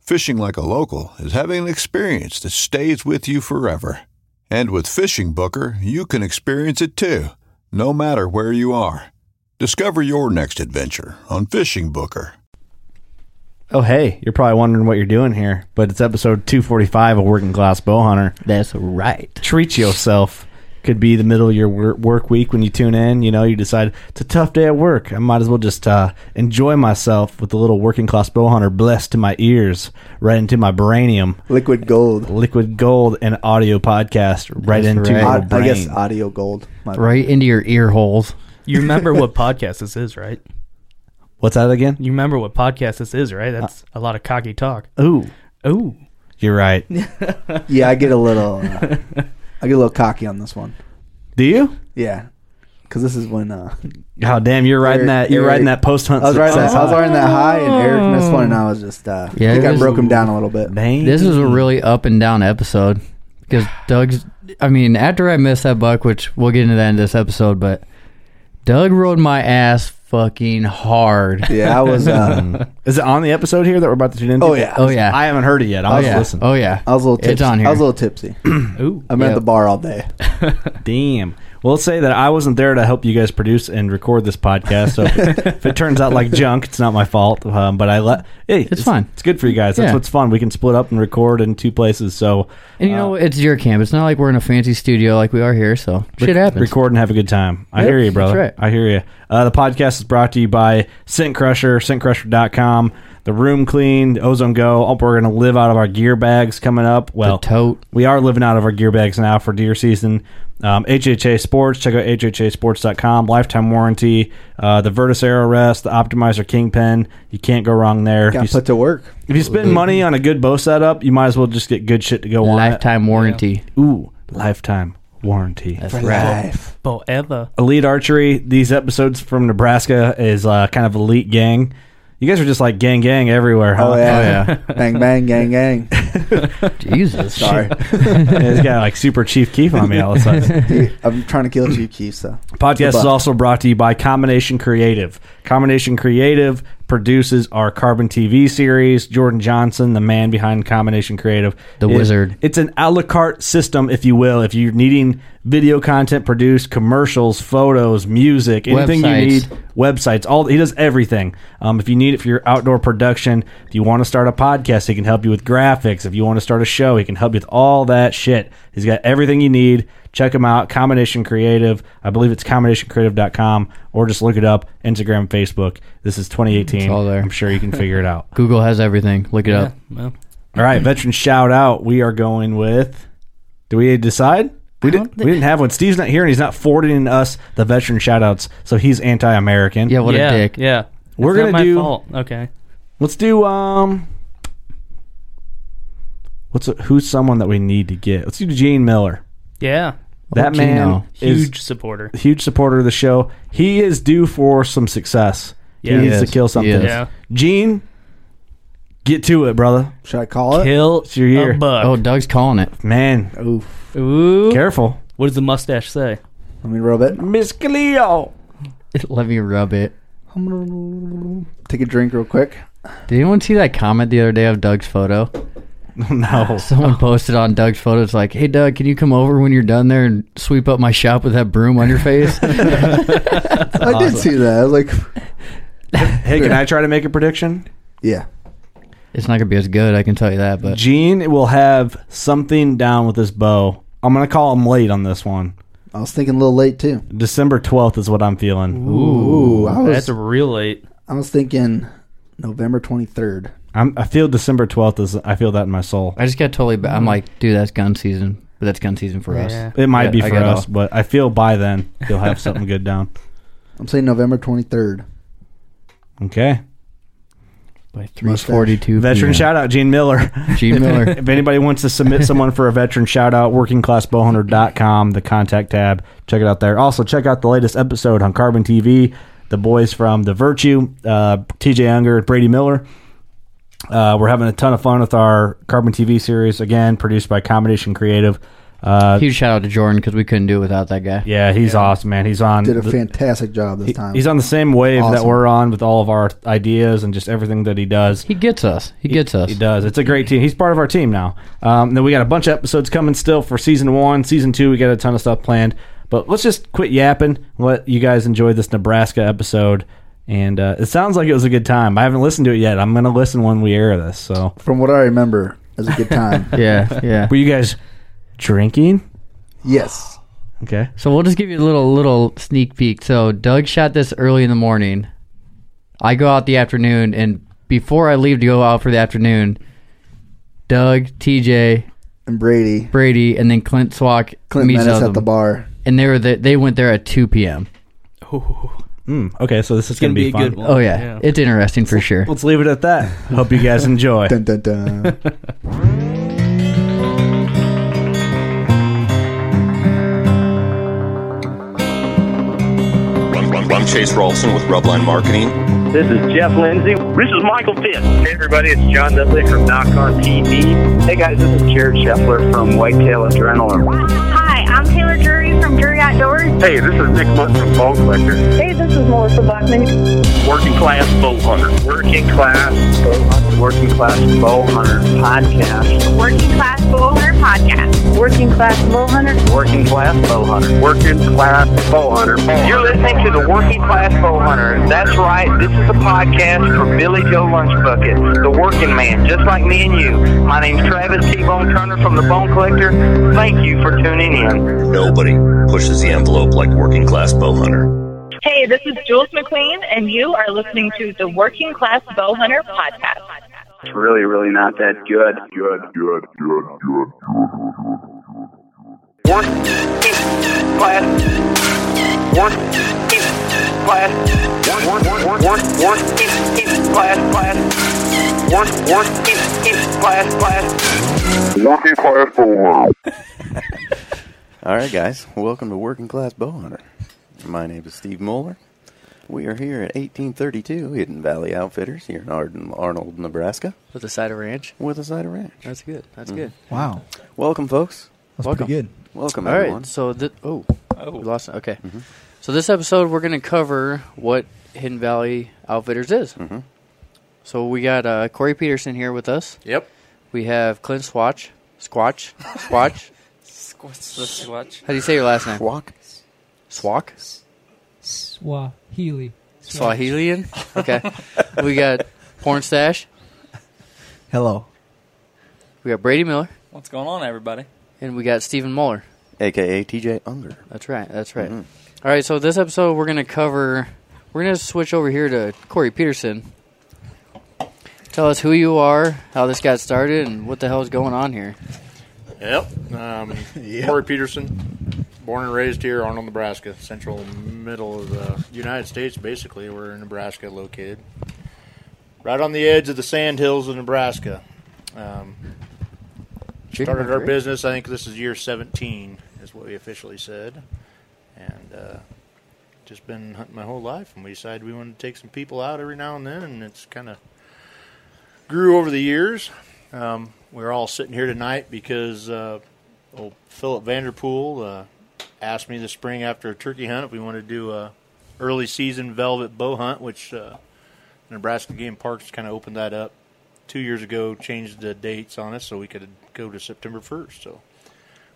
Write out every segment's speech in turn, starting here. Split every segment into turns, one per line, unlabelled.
Fishing like a local is having an experience that stays with you forever. And with Fishing Booker, you can experience it too, no matter where you are. Discover your next adventure on Fishing Booker.
Oh, hey, you're probably wondering what you're doing here, but it's episode 245 of Working Class Bowhunter.
That's right.
Treat yourself. Could be the middle of your wor- work week when you tune in. You know, you decide it's a tough day at work. I might as well just uh, enjoy myself with a little working class bowhunter blessed to my ears, right into my brainium.
Liquid gold.
Liquid gold and audio podcast right into
Au-
your brain.
I guess audio gold. My
right into your ear holes.
You remember what podcast this is, right?
What's that again?
You remember what podcast this is, right? That's a lot of cocky talk.
Ooh,
Oh,
you're right.
bad. Yeah, I get a little. Uh, I get a little cocky on this one.
Do you?
Yeah, because this is when uh,
Oh damn, you're riding that. You're
Eric-
riding that post
I
hunt.
was riding that. I was riding that high, and Eric missed one, and I was just. Uh,
Yeah,
I think
it
I
was-
broke him down a little bit.
Dang.
This is a really up and down episode because Doug's. I mean, after I missed that buck, which we'll get into that in this episode, but Doug rode my ass fucking hard.
Yeah, I was. Uh,
Is it on the episode here that we're about to tune into?
oh yeah.
Oh yeah.
I haven't heard it yet. I'll
oh
just
yeah.
listen.
Oh yeah.
I was a little. Tipsy.
It's on here.
I was a little tipsy.
ooh.
I'm at
Yep.
the bar all day.
Damn. We'll say that I wasn't there to help you guys produce and record this podcast. So if, it, if it turns out like junk, it's not my fault. Um, but I let. Hey, it's,
fine.
It's good for you guys. That's
Yeah.
what's fun. We can split up and record in two places. So uh,
and you know, what? it's your camp. It's not like we're in a fancy studio like we are here. So shit happens.
Record and have a good time. I
Yep,
hear you,
that's
brother.
right.
I hear you. Uh, the podcast is brought to you by Scent Crusher, scentcrusher.com, The Room Clean, Ozone Go. Oh, We're going to live out of our gear bags coming up. Well,
tote.
we are living out of our gear bags now for deer season. Um, HHA Sports, check out hhasports.com, lifetime warranty, uh, the Vertus Arrow Rest, the Optimizer Kingpin. You can't go wrong there. If
Got
you,
put to work.
if you spend money on a good bow setup, you might as well just get good shit to go
Lifetime warranty.
on. it. Ooh, lifetime warranty.
That's
For
right.
life.
Forever.
Elite Archery. These episodes from Nebraska is uh, kind of elite gang. You guys are just like gang gang everywhere, huh?
Oh yeah. bang bang gang gang.
Jesus.
Sorry.
it's got like super chief keef on me all of a sudden.
Dude, I'm trying to kill Chief Keef, so
Podcast is
Goodbye.
also brought to you by Combination Creative. Combination Creative produces our Carbon TV series. Jordan Johnson, the man behind Combination Creative,
The
is-
wizard.
It's an a la carte system, if you will. If you're needing video content produced, commercials, photos, music, anything you
Websites.
need, websites, all he does everything. Um, if you need it for your outdoor production, if you want to start a podcast, he can help you with graphics. If you want to start a show, he can help you with all that shit. He's got everything you need. Check him out, Combination Creative. I believe it's combinationcreative.com or just look it up Instagram, Facebook. This is 2018.
It's all there.
I'm sure you can figure it out.
Google has everything. Look it
Yeah.
up.
Well,
All right, veteran shout out. We are going with. Do we decide? We didn't. We didn't have one. Steve's not here, and he's not forwarding us the veteran shout outs, so he's anti-American.
Yeah. What
yeah,
a dick.
Yeah.
We're
It's not
gonna
my
do-
Fault. Okay.
Let's do um. What's a, who's someone that we need to get? Let's do Gene Miller.
Yeah.
That
Gene
man is
Huge supporter.
a huge supporter of the show. He is due for some success.
Yeah.
he
He
needs
is.
to kill
He
something.
is.
Yeah.
Gene, get to it, brother.
should I call it?
Kill
It's your year.
a buck.
Oh, Doug's calling it.
Man,
Oof.
Ooh.
careful.
What does the mustache say?
Let me rub it.
Miss Cleo.
Let me rub it.
I'm gonna Take a drink real quick.
Did anyone see that comment the other day of Doug's photo?
no.
Someone posted on Doug's photo. It's like, hey, Doug, can you come over when you're done there and sweep up my shop with that broom on your face?
I did see that. I was like,
Hey, can I try to make a prediction?
yeah.
it's not going to be as good, I can tell you that. But
Gene will have something down with this bow. I'm gonna call him late on this one.
I was thinking a little late too.
December 12th is what I'm feeling.
Ooh, I was
That's real late.
I was thinking November 23rd.
I'm, I feel December 12th is. I feel that in my soul.
I just got totally ba I'm like, dude, that's gun season. But that's gun season for
Yeah.
us.
It might
Yeah,
be
I
for
got
us,
off.
but I feel by then he'll have something good down.
I'm saying November 23rd.
Okay,
By 342.
veteran shout out Gene Miller.
G. Miller.
if anybody wants to submit someone for a veteran shout out, workingclassbowhunter.com, the contact tab. Check it out there. Also, check out the latest episode on Carbon TV. The boys from The Virtue, uh, TJ Unger, Brady Miller. Uh, we're having a ton of fun with our Carbon TV series, again, produced by Combination Creative. Uh,
Huge shout out to Jordan because we couldn't do it without that guy.
yeah, he's awesome, man. He's on.
Did a
the-
fantastic job this
he-
time.
he's on the same wave that
Awesome.
we're on with all of our ideas and just everything that he does.
He gets us. He gets us.
He does. It's a great team. He's part of our team now. Um, then we got a bunch of episodes coming still for season one, season two. We got a ton of stuff planned. But let's just quit yapping. Let you guys enjoy this Nebraska episode. And uh, it sounds like it was a good time. I haven't listened to it yet. I'm gonna listen when we air this. So
From what I remember, it was a good time.
Yeah, yeah.
were you guys drinking?
yes.
Okay.
So we'll just give you a little little sneak peek. So Doug shot this early in the morning. I go out the afternoon, and before I leave to go out for the afternoon, Doug, TJ,
And Brady,
Brady, and then Clint Swack
Clint
meets
met us
up
at the bar.
and they were the, they went there at two p.m.
Mm, okay. So this is
Hmm. It's gonna, be, a
fun.
good one.
Oh yeah, it's interesting for sure.
Let's leave it at that. Hope you guys enjoy.
Dun, dun, dun.
I'm Chase Rolson with Rubline Marketing.
This is Jeff Lindsay. This is Michael Pitt. Hey, everybody, it's John Dudley from Knock on TV. Hey, guys, this is Jared Scheffler from Whitetail Adrenaline.
Hi, I'm Taylor Drury from Drury Outdoors.
Hey, this is Nick Mutt from Bone Collector.
Hey, this is Melissa Bachman.
Working Class Bow Hunter. Working Class Bow Hunter. Working Class Bow Hunter Podcast.
Working Class Bowhunter Podcast. Working Class Bowhunter.
Working Class Bow Hunter. Working Class Bow Hunter. You're listening to the Working Class Bow Hunter. That's right. This is a podcast for Billy Joe Lunchbucket, the working man, just like me and you. My name's Travis T. Bone Turner from The Bone Collector. Thank you for tuning in.
Nobody pushes the envelope like working class bow hunter.
Hey, this is Jules McQueen, and you are listening to the Working Class Bowhunter Podcast.
It's really, really not that good. Good, good, good, good. Work, keep, class. Work, keep, class. Work, work, work, work, work, keep, keep, class, class. Work, work, keep, keep, class, class. Working class for
All right, guys, welcome to Working Class Bowhunter. My name is Steve Moeller. We are here at 1832 Hidden Valley Outfitters here in Arden, Arnold, Nebraska,
With the cider ranch.
with a cider ranch.
That's good. That's
Hmm.
good.
Wow.
Welcome, folks.
That's
Welcome.
pretty good.
Welcome,
All
everyone. Mm-hmm.
right. So that oh, we lost. it. Okay. So this episode we're going to cover what Hidden Valley Outfitters is. Mm-hmm. So we got uh, Corey Peterson here with us.
Yep.
We have Clint Swatch, Squatch, Squatch.
Squats the swatch.
How do you say your last name?
Walk.
Swak.
Swahili.
Swahilian. Okay. we got Porn Stash.
Hello.
We got Brady Miller,
What's going on, everybody?
and we got Stephen Muller.
aka TJ Unger.
That's right. That's right.
Mm-hmm.
All right. So this episode, we're gonna cover. We're gonna switch over here to Corey Peterson. Tell us who you are, how this got started, and what the hell is going on here.
Yep. Um, Corey Peterson, born and raised here, Arnold, Nebraska, central middle of the United States, basically. We're in Nebraska located. Right on the edge of the sand hills of Nebraska. Um, started our business, I think this is year 17, is what we officially said. And uh, just been hunting my whole life, and we decided we wanted to take some people out every now and then, and it's kind of grew over the years. Um, we're all sitting here tonight because uh, old Philip Vanderpool, uh, asked me this spring after a turkey hunt if we wanted to do a early season velvet bow hunt, which uh, Nebraska Game Parks kind of opened that up two years ago, changed the dates on us so we could go to September 1st. So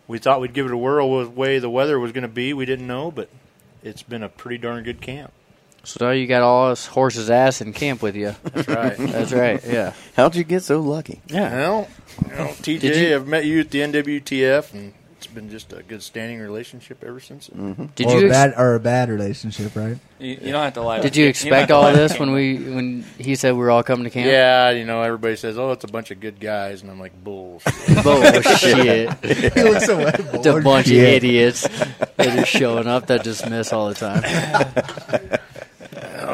we thought we'd give it a whirl with the way the weather was going to be. We didn't know, but it's been a pretty darn good camp.
So now you got all us horses' ass in camp with you.
That's right.
That's right. Yeah.
How'd you get so lucky?
Yeah.
Well, you know, TJ,
Did you-
I've met you at the NWTF, and it's been just a good standing relationship ever since.
Did
or
you
a
ex-
bad or a bad relationship, right?
You, you don't have to lie.
Did
to-
you
don't have
expect
to
all
lie to
this
me.
when we when he said we were all coming to camp?
Yeah, you know, everybody says, "Oh, it's a bunch of good guys," and I'm like, "Bullshit."
Bullshit.
He looks away,
It's a bunch of
bullshit.
idiots that are showing up that just miss all the time.
Oh,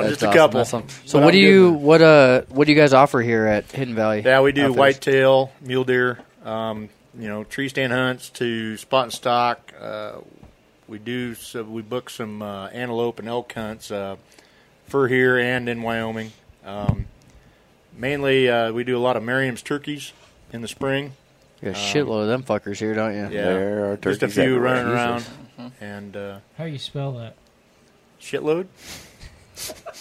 Uh, just
That's
a
awesome.
couple.
That's awesome. So
But
what
I'm
do
good
you what uh what do you guys offer here at Hidden Valley?
Yeah, we do
Outfitters?
whitetail, mule deer, um, you know, tree stand hunts to spot and stock. Uh, we do so we book some uh, antelope and elk hunts uh, for here and in Wyoming. Um, mainly, uh, we do a lot of Merriam's turkeys in the spring.
You got a
Um,
shitload of them fuckers here, don't you?
Yeah, just a few running around
Mm-hmm.
and uh,
How do you spell that?
shitload.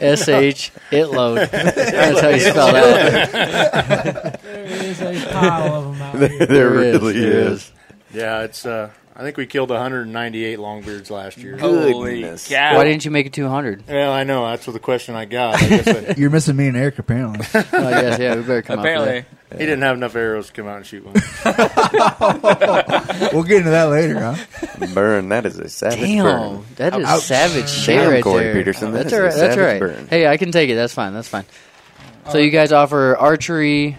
S H itload. That's how you spell that.
There is a pile of 'em out
There-
here.
there really is.
Yeah, it's. Uh, I think we killed 198 longbeards last year.
Holy Goodness. cow. Why didn't you make it 200?
Well, I know that's what the question I got. I guess I,
You're missing me and Eric apparently.
Oh, yes, yeah, we better come out for
Apparently,
that.
he didn't have enough arrows to come out and shoot one.
we'll get into that later, huh?
Burn. That is a savage burn.
Damn, Oh, that is
Ouch.
savage shit
Damn,
right
Corey
there. Oh,
Peterson. that
that's
is
all
a
right. That's all
savage
right.
burn.
Hey, I can take it. That's fine. That's fine. So you guys offer archery.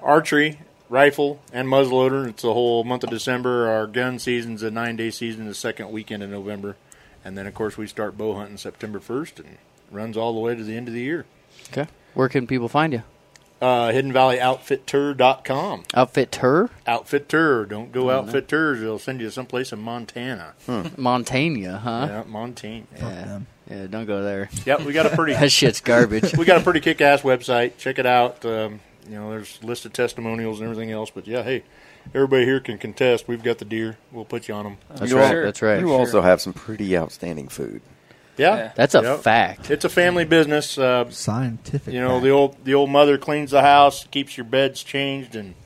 Archery, rifle, and muzzleloader. It's the whole month of December. Our gun season's a nine-day season, the second weekend in November, and then of course we start bow hunting September 1st and runs all the way to the end of the year.
Okay. Where can people find you?
Uh, HiddenValleyOutfitTour.com.
Outfit Tur,
Outfit tour. Don't go
Oh, no.
outfit tours. They'll send you someplace in Montana.
Hmm.
Montana, huh?
Yeah, Montana.
Yeah. yeah, don't go there.
Yep, we got a pretty
that shit's garbage.
we got a pretty kick ass website. Check it out. Um, you know, there's listed testimonials and everything else. But yeah, hey, everybody here can contest. We've got the deer. We'll put you on them.
That's right. That's right.
You also have some pretty outstanding food.
Yeah,
That's a
Yep.
fact.
It's a family business. Uh,
Scientific.
You know, the old the old mother cleans the house, keeps your beds changed, and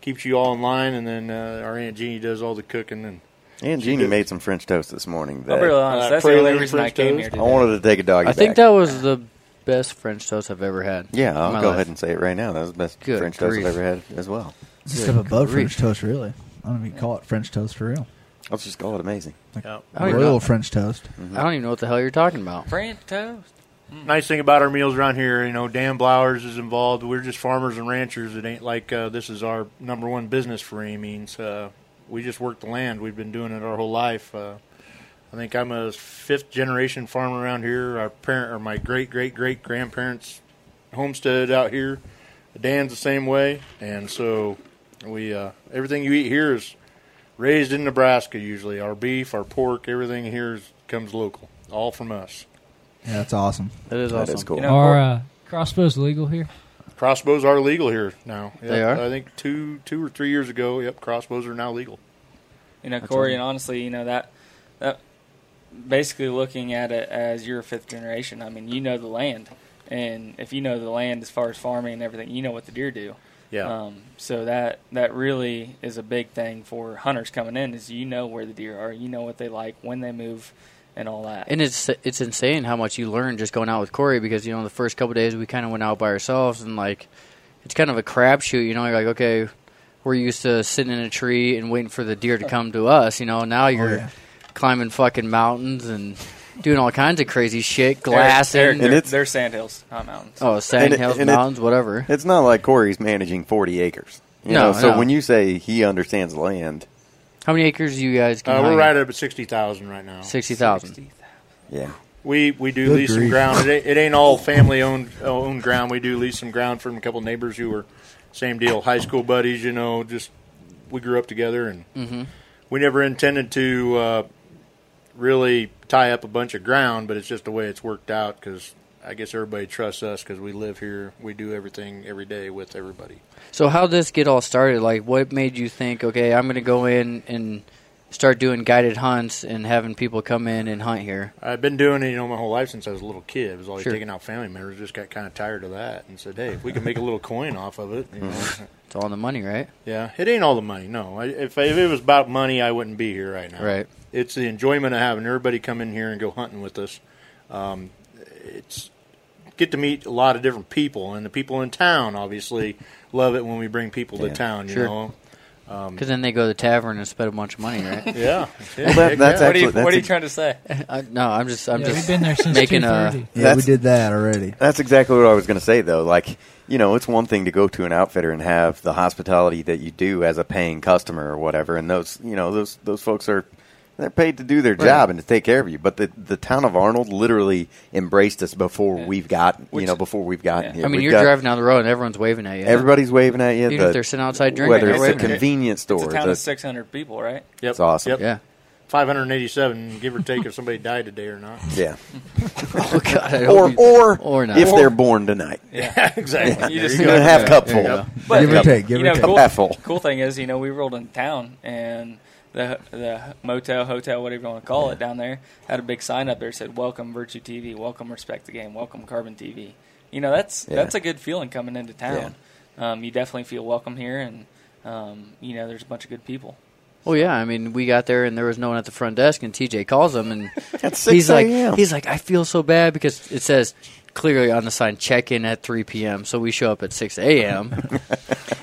keeps you all in line. And then uh, our aunt Jeannie does all the cooking. And
And
she
Jeannie
does-
made some French toast this morning.
I'll
That,
be honest, Uh, that's the only praline reason I French came
here toast?
I wanted to take a doggy
I think
back.
that was the best French toast I've ever had.
Yeah, I'll
in my
go
life.
ahead and say it right now. That was the best
Good
French
grief.
toast I've ever had as well.
It's just
Good
up above
grief.
French toast, really. I don't even call it French toast for real.
Let's just call it amazing. Mm-hmm.
Like
I don't even
royal
know.
French toast.
I don't even know what the hell you're talking about.
French toast. Mm.
Nice thing about our meals around here, you know, Dan Blowers is involved. We're just farmers and ranchers. It ain't like uh, this is our number one business for any means. Uh, we just work the land. We've been doing it our whole life. Uh, I think I'm a fifth generation farmer around here. Our parent or my great great great grandparents homesteaded out here. Dan's the same way, and so we uh, everything you eat here is raised in Nebraska. Usually, our beef, our pork, everything here is, comes local, all from us.
Yeah, that's awesome.
That is
That is awesome. cool. You know,
Are uh, crossbows legal here?
Crossbows are legal here now. Yep.
They are?
I think two, two or three years ago. Yep, crossbows are now legal.
You know,
That's
Corey,
right.
and honestly, you know that that basically looking at it as your fifth generation. I mean, you know the land, and if you know the land as far as farming and everything, you know what the deer do.
Yeah.
Um, so that that really is a big thing for hunters coming in is you know where the deer are, you know what they like, when they move, and all that.
And it's it's insane how much you learn just going out with Corey because you know the first couple days we kind of went out by ourselves and like it's kind of a crapshoot. You know, you're like okay, we're used to sitting in a tree and waiting for the deer to come to us. You know,
Oh,
now you're
yeah.
climbing fucking mountains and doing all kinds of crazy shit, glassing.
Eric, they're, they're sandhills, not mountains.
oh, sand
And it-
hills,
and it-
mountains, whatever.
It's not like Corey's managing 40 acres. You
No,
know, so
no.
when you say he understands land,
How many acres do you guys? Can
Uh, we're
hunt?
right up at sixty thousand right now.
Sixty thousand.
Yeah.
We we do
Good
lease some
grief.
ground. It, ain't- it ain't all family owned owned ground. We do lease some ground from a couple neighbors who were same deal, high school buddies. You know, just we grew up together, and
Mhm.
we never intended to uh, really tie up a bunch of ground, but it's just the way it's worked out because I guess everybody trusts us because we live here. We do everything every day with everybody.
So how this get all started? Like, what made you think? Okay, I'm going to go in and start doing guided hunts and having people come in and hunt here.
I've been doing it, you know, my whole life since I was a little kid. It was always
Sure.
taking out family members. Just got kind of tired of that and said, hey, if we can make a little coin off of it, you
Mm-hmm.
know.
It's all in the money, right?
Yeah, it ain't all the money. No, I, if, if it was about money, I wouldn't be here right now.
Right.
It's the enjoyment of having everybody come in here and go hunting with us. Um, it's get to meet a lot of different people, and the people in town obviously love it when we bring people
Yeah,
to town. You
sure.
know. Um,
Because then they go to the tavern and spend a bunch of money, right?
Yeah. Well, that- that's
What are you- actually- what are you that's a- trying to say?
I, no, I'm just, I'm
Yeah,
just
we've been there since
making a.
2:30.
Yeah, we did that already.
That's exactly what I was going to say, though. Like, you know, it's one thing to go to an outfitter and have the hospitality that you do as a paying customer or whatever, and those, you know, those those folks are they're paid to do their
Right.
job and to take care of you. But the the town of Arnold literally embraced us before we've gotten, you know, before we've gotten here.
I mean,
We've
you're
got-
driving down the road and everyone's waving at you.
Everybody's waving at you.
Even
the-
if they're sitting outside drinking,
whether
they're
it's
waving
a
at you.
convenience
a
store,
town
the-
of
Six hundred people, right?
Yep.
It's awesome.
Yep.
Yeah.
587, give or take, if somebody died today or not.
Yeah.
oh,
God, I
or
hope you-
or
or not.
if
Or-
they're born tonight.
Yeah, exactly.
You are gonna have cupful.
But,
Cup-
you know,
cup
cool,
half full.
Cool thing is, you know, we rolled in town and the the motel, hotel, whatever you want to call it, down there had a big sign up there that said "Welcome Virtue TV, Welcome Respect the Game, Welcome Carbon TV." You know, that's
Yeah.
that's a good feeling coming into town. Um, you definitely feel welcome here, and um, you know, there's a bunch of good people.
Well, oh, yeah. I mean, we got there and there was no one at the front desk, and TJ calls him, and
At 6
he's like,
a.m..
he's like, I feel so bad because it says clearly on the sign, check in at 3 p.m. So we show up at 6 a.m. And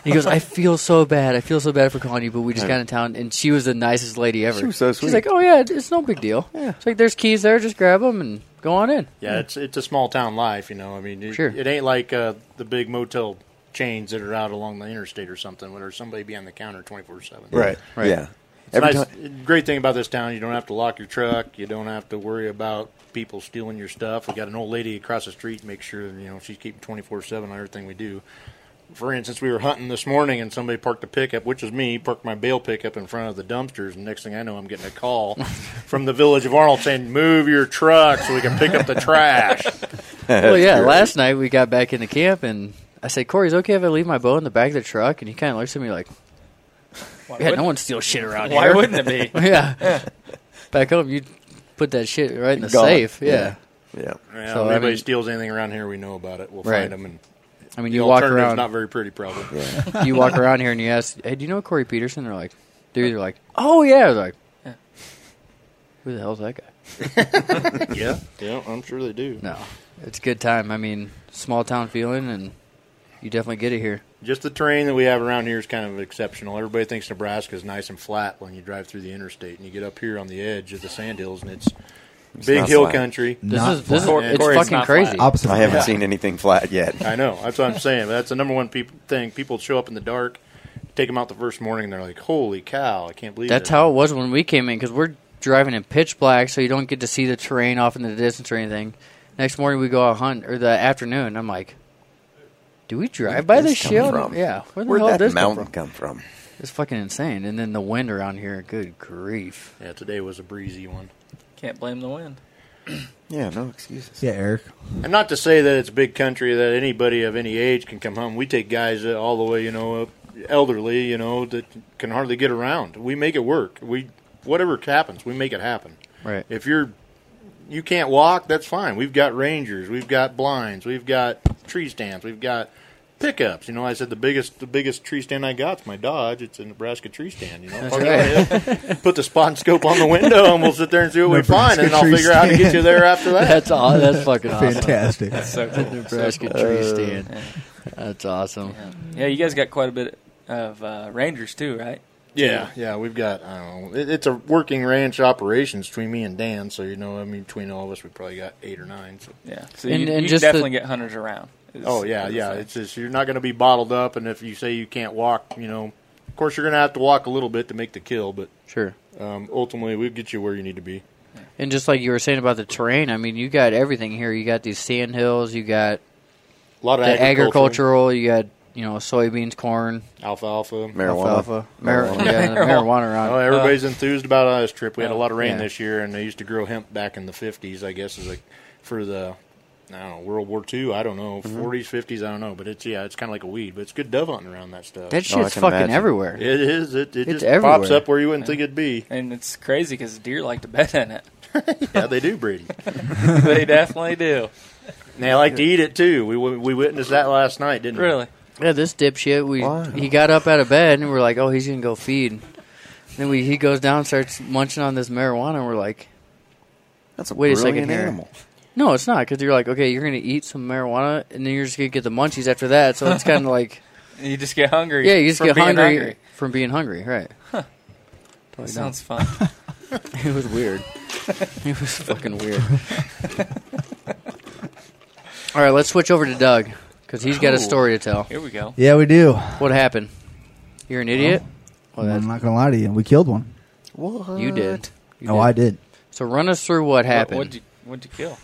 he goes, I feel so bad. I feel so bad for calling you, but we just got in town, and she was the nicest lady ever.
She was so
She's
sweet.
like, oh yeah, it- it's no big deal. Yeah. It's like there's keys there, just grab them and go on in.
Yeah, it's it's a small town life, you know. I mean, it,
Sure.
it ain't like uh, the big motel chains that are out along the interstate or something, where there's somebody behind the counter twenty four seven.
Right. Right. Yeah.
It's
Every
nice, great thing about this town, you don't have to lock your truck. You don't have to worry about people stealing your stuff. We got an old lady across the street. Make sure you know she's keeping twenty four seven on everything we do. For instance, we were hunting this morning and somebody parked a pickup, which was me, parked my bail pickup in front of the dumpsters. And next thing I know, I'm getting a call from the village of Arnold saying, "Move your truck so we can pick up the trash."
well, yeah.
Great.
Last night we got back into camp, and I said, Corey's okay if I leave my bow in the back of the truck, and he kind of looks at me like, Yeah, no
wouldn't-
one steals shit around
Why
here.
wouldn't it be?
yeah.
Yeah.
Back home, you put that shit right in the
Gone.
safe. Yeah.
Yeah.
Yeah,
So,
if
I
anybody
mean-
steals anything around here, we know about it. We'll
Right.
find them. And
I mean,
the
you walk
alternative's
around-
Not very pretty, probably.
you walk around here and you ask, "Hey, do you know Corey Peterson?" They're like, "They're either like, oh yeah," they're like, "Who the hell's that guy?"
yeah, yeah, I'm sure they do.
No, it's a good time. I mean, small town feeling, and you definitely get it here.
Just the terrain that we have around here is kind of exceptional. Everybody thinks Nebraska is nice and flat when you drive through the interstate, and you get up here on the edge of the sand hills, and it's,
It's
big
not
hill
flat.
country.
This Not is- this is-
Corey-
it's
Corey's
fucking
not
crazy.
flat.
Opposite I haven't flat. seen anything flat yet.
I know. That's what I'm saying. But that's the number one peop thing. People show up in the dark, take them out the first morning, and they're like, "Holy cow! I can't believe
That's
this."
how it was when we came in because we're driving in pitch black, so you don't get to see the terrain off in the distance or anything. Next morning we go out hunt, or the afternoon. I'm like, do we drive by this shit?
come
on-
from?
Yeah, where the
Where'd
hell
that
did this
mountain
come
come from?
from? It's fucking insane. And then the wind around here, good grief.
Yeah, today was a breezy one.
Can't blame the wind.
Yeah, no excuses.
Yeah, Eric.
And not to say that it's big country that anybody of any age can come home. We take guys that all the way, you know, up elderly, you know, that can hardly get around. We make it work. We whatever happens, we make it happen.
Right.
If you're you can't walk, that's fine. We've got rangers, we've got blinds, we've got tree stands, we've got pickups. You know, I said the biggest the biggest tree stand I got's my Dodge. It's a Nebraska tree stand. You know,
That's
Park
right.
on it, put the spot and scope on the window, and we'll sit there and see what we find, and then I'll figure out how to get you there after that.
That's aw- that's fucking awesome.
Fantastic.
That's so cool.
Nebraska
So cool.
tree
Uh,
stand.
yeah.
Uh,
That's awesome.
Yeah, you guys got quite a bit of uh, Rangers too, right?
Yeah, yeah, we've got I don't know. It, it's a working ranch operations between me and Dan, so you know, I mean, between all of us, we probably got eight or nine. So.
Yeah, so you, you definitely get hunters around. is-
oh yeah,
is the
yeah.
thing.
It's just you're not going to be bottled up, and if you say you can't walk, you know, of course you're going to have to walk a little bit to make the kill, but
Sure.
Um, ultimately, we get you where you need to be.
And just like you were saying about the terrain, I mean, you got everything here. You got these sand hills. You got
A lot of
the
agricultural.
agricultural. You got you know soybeans, corn,
alfalfa,
Marijuana.
alfalfa, Mar-
Marijuana.
yeah, the marijuana. around.
Oh, everybody's enthused about uh, this trip. We had a lot of rain
Yeah.
this year, and they used to grow hemp back in the '50s, I guess, is like for the I don't know, World War II. I don't know,
Mm-hmm.
Mhm.
40s, 50s. I don't know, but it's yeah, it's kind of like a weed, but it's good dove hunting around that stuff.
That Oh, I shit's can fucking imagine. everywhere.
It is. It, it
It's
just pops
everywhere.
up where you wouldn't think it'd be.
And it's crazy because deer like to bed in it.
yeah, they do, Brady.
they definitely do.
And they like to eat it too. We we witnessed that last night, didn't we?
Yeah, this dipshit. We he got up out of bed and we're like, oh, he's gonna go feed. then we he goes down, and starts munching on this marijuana. and We're like,
that's a
wait a second
brilliant
here.
animal.
No, it's not because you're like, okay, you're gonna eat some marijuana and then you're just gonna get the munchies after that. So it's kind of like,
You just get hungry.
yeah, you just
from
get
being
hungry, from being hungry, right? Huh.
That sounds fun.
it was weird. It was fucking weird. All right, let's switch over to Doug because he's got
Ooh.
a story to tell.
Here we go.
Yeah, we do.
What happened? You're an idiot.
I'm not gonna lie to you. We killed one.
What?
You did. You
oh, I did.
So run us through what happened.
What, what'd, you, what'd you kill?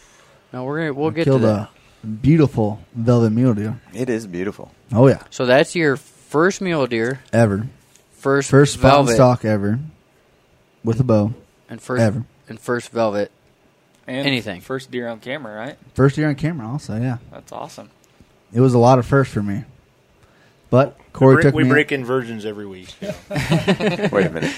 no, we're gonna we'll get
Killed
to that.
a beautiful velvet mule deer.
It is beautiful.
Oh yeah,
So that's your first mule deer,
ever
first
first
velvet,
velvet stock ever with a bow
and first
ever
and first velvet.
And
Anything.
First deer on camera, right?
first year on camera. Also, yeah,
That's awesome.
it was a lot of firsts for me. But Corey
we break,
took
we
me.
break in virgins every week. Wait
a minute.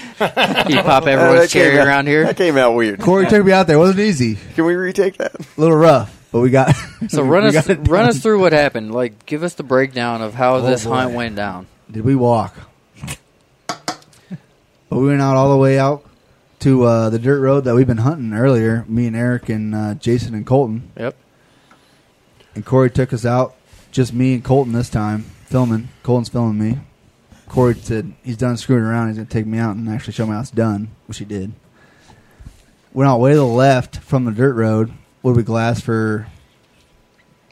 You pop
That
everyone's
came
cherry
out-
around here.
That came out weird.
Corey took me out there. It wasn't easy.
Can we retake that?
A little rough, but we got.
So
we
run us
got it
run
done.
us through what happened. Like, give us the breakdown of how
Oh,
this
boy.
hunt went down.
Did we walk? but we went out all the way out to uh, the dirt road that we've been hunting earlier. Me and Eric and uh, Jason and Colton.
Yep.
And Corey took us out, just me and Colton this time, filming. Colton's filming me. Corey said he's done screwing around. He's gonna take me out and actually show me how it's done, which he did. Went out way to the left from the dirt road. Would we glass for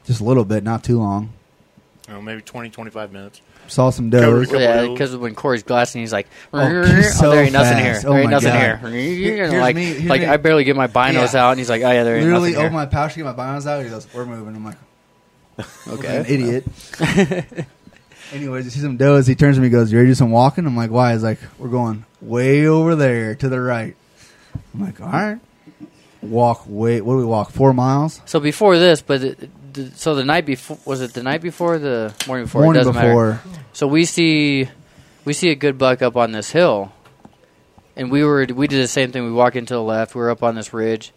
just a little bit, not too long.
Oh, maybe 20, 25 minutes.
Saw some
Covered a
does.
couple
Yeah,
does.
because when Corey's glassing, he's like,
Oh,
"Oh,
he's so
there ain't nothing
fast.
here.
Oh
there ain't
my
nothing
God.
here."
Here's
And like,
me- here's
like
me.
I barely get my binos
Yeah.
out, and he's like, "Oh yeah, there ain't
Literally
nothing
opened
here."
my pouch to get my binos out. He goes, "We're moving." I'm like,
Okay.
an oh idiot. Anyways, I see some does. He turns to me, and goes, "You ready to do some walking?" I'm like, "Why?" He's like, "We're going way over there to the right." I'm like, "All right." Walk way. What do we walk? Four miles.
So before this, but it, the, so the night before was it the night before the morning before?
Morning
it doesn't
before.
matter. So we see we see a good buck up on this hill, and we were we did the same thing. We walk into the left. We were up on this ridge.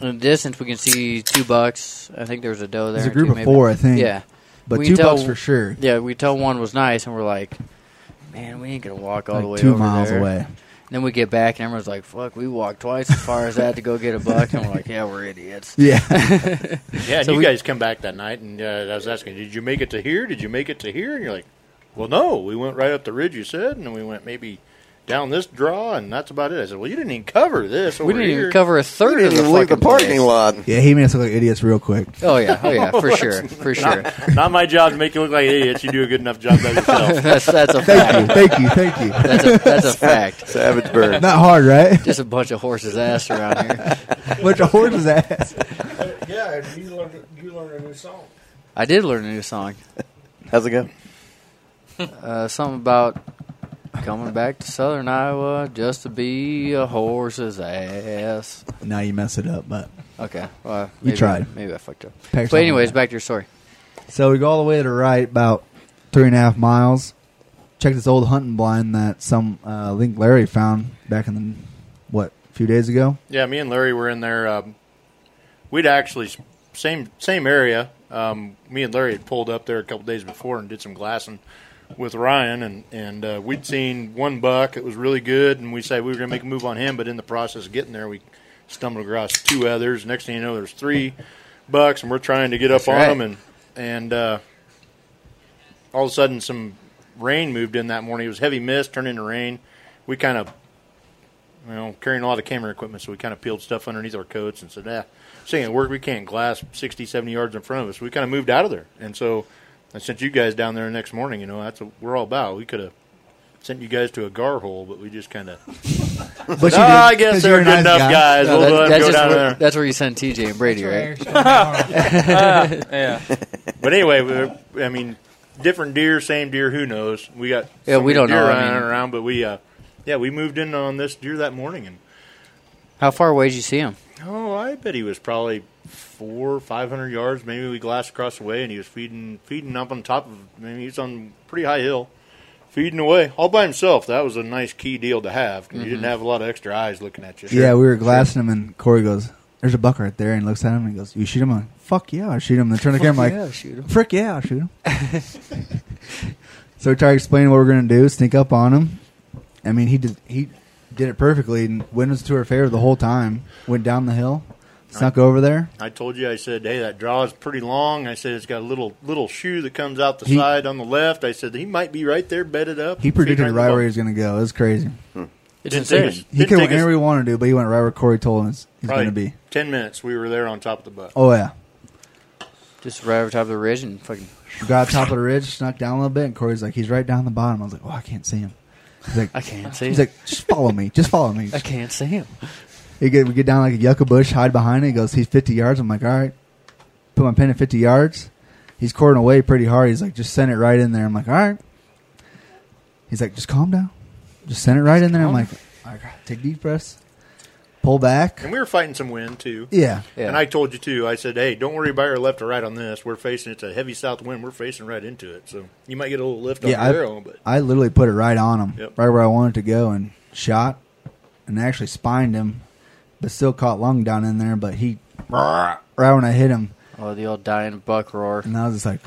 In the distance, we can see two bucks. I think there was a doe there.
There's a
too,
group of
maybe.
four, I think.
Yeah,
But
We
two
tell-
bucks for sure.
Yeah, we tell one was nice, and we're like, man, we ain't gonna walk all the
Like
way
two
over
miles
there."
away.
And then we get back, and everyone's like, "Fuck, we walked twice as far as that to go get a buck," and we're like, "Yeah, we're idiots."
yeah, and
So
you
we-
guys come back that night, and uh, I was asking, did you make it to here? Did you make it to here? And you're like, well, no. We went right up the ridge you said, and then we went maybe down this draw, and that's about it. I said, well, you didn't even cover this.
We
over
didn't even
here."
cover a third We didn't of the even leave the fucking parking place.
lot.
Yeah, he made us look like idiots real quick.
Oh yeah, oh yeah, for
That's
sure, for sure.
not, not my job to make you look like idiots. You do a good enough job by yourself.
That's that's a
Thank
fact.
you, thank you, thank you.
That's a, that's a fact.
Savage
bird. Not hard, right?
Just a bunch of horses' ass around here.
Bunch of horses' ass.
yeah, and you learned you learned a new song.
I did learn a new song.
How's it go?
Uh, something about coming back to Southern Iowa just to be a horse's ass.
Now you mess it up, but
Okay, well,
You
maybe-
tried.
Maybe I fucked up.
Pair
but
something
anyways,
like
back to your story.
So we go all the way to the right, about three and a half miles. Check this old hunting blind that some uh, Link Larry found back in the what a few days ago.
Yeah, me and Larry were in there. Um, we'd actually same same area. Um, me and Larry had pulled up there a couple days before and did some glassing with Ryan, and and uh, we'd seen one buck. It was really good, and we said we were going to make a move on him. But in the process of getting there, we stumbled across two others. Next thing you know, there's three bucks, and we're trying to get up
That's
on
right.
them, and and uh, all of a sudden some rain moved in that morning. It was heavy mist turned into rain. We kind of you know, carrying a lot of camera equipment, so we kind of peeled stuff underneath our coats and said, "Ah, "Yeah, this ain't gonna work. We can't glass 60, 70 yards in front of us." We kind of moved out of there, and so I sent you guys down there the next morning. You know, that's what we're all about. We could have sent you guys to a gar hole, but we just kind of.
you did,
I
'cause
guess
you're
they're
a
good
nice
enough
guy."
guys.
No,
we'll go,
that's- that's
go
just
down
where-
there.
that's where you send TJ and Brady, right?
Ah,
yeah. But anyway, we, I mean, different deer, same deer. Who knows? We got
Yeah,
so
we
many
don't
deer
know, I
running
mean-
around, but we uh, yeah, we moved in on this deer that morning and
How far away did you see him?
Oh, I bet he was probably four, five hundred yards. Maybe we glassed across the way, and he was feeding, feeding up on top of. I mean, he's on a pretty high hill, feeding away all by himself. That was a nice key deal to have. 'cause You didn't have a lot of extra eyes looking at you.
Mm-hmm. Yeah, we were glassing him, and Corey goes, "There's a buck right there," and looks at him and he goes, "You shoot him?" I'm like, "Fuck yeah, I shoot him." And then turn the
Fuck
camera
yeah, I'll
like,
shoot him.
"Frick yeah, I shoot him." so we try to explain what we're gonna do, sneak up on him. I mean, he did he did it perfectly, and wind was to our favor the whole time. Went down the hill, snuck over there.
I told you, I said, hey, that draw is pretty long. I said it's got a little little shoe that comes out the
He-
side on the left. I said he might be right there, bedded up.
He predicted
feeding
right
the
where he was gonna go. It was crazy.
It's Didn't take insane. us-
He
didn't
could
take
went
us-
anywhere he wanted to, but he went right where Corey told him he's
Probably
gonna be.
ten minutes. We were there on top of the buck.
Oh yeah.
Just right over top of the ridge and fucking.
Got top of the ridge, snuck down a little bit, and Corey's like, he's right down the bottom. I was like, oh, I can't see him. He's like,
I can't see
He's
him.
like, just follow me, just follow me.
I can't see him.
He get, we get down like a yucca bush, hide behind it. He goes, he's 50 yards. I'm like, all right. Put my pin at 50 yards. He's cording away pretty hard. He's like, just send it right in there. I'm like, all right. He's like, just calm down. Just send it right in there. I'm like, all right, take deep breaths. Pull back.
And we were fighting some wind too.
Yeah. Yeah.
And I told you too. I said, "Hey, don't worry about your left or right on this. We're facing it's a heavy south wind. We're facing right into it, so you might get a little lift on
Yeah,
your arrow,
I,
but
I literally put it right on him,
Yep.
right where I wanted to go, and shot, and actually spined him, but still caught lung down in there. But he, right when I hit him,
Oh, the old dying buck roar.
and I was just like,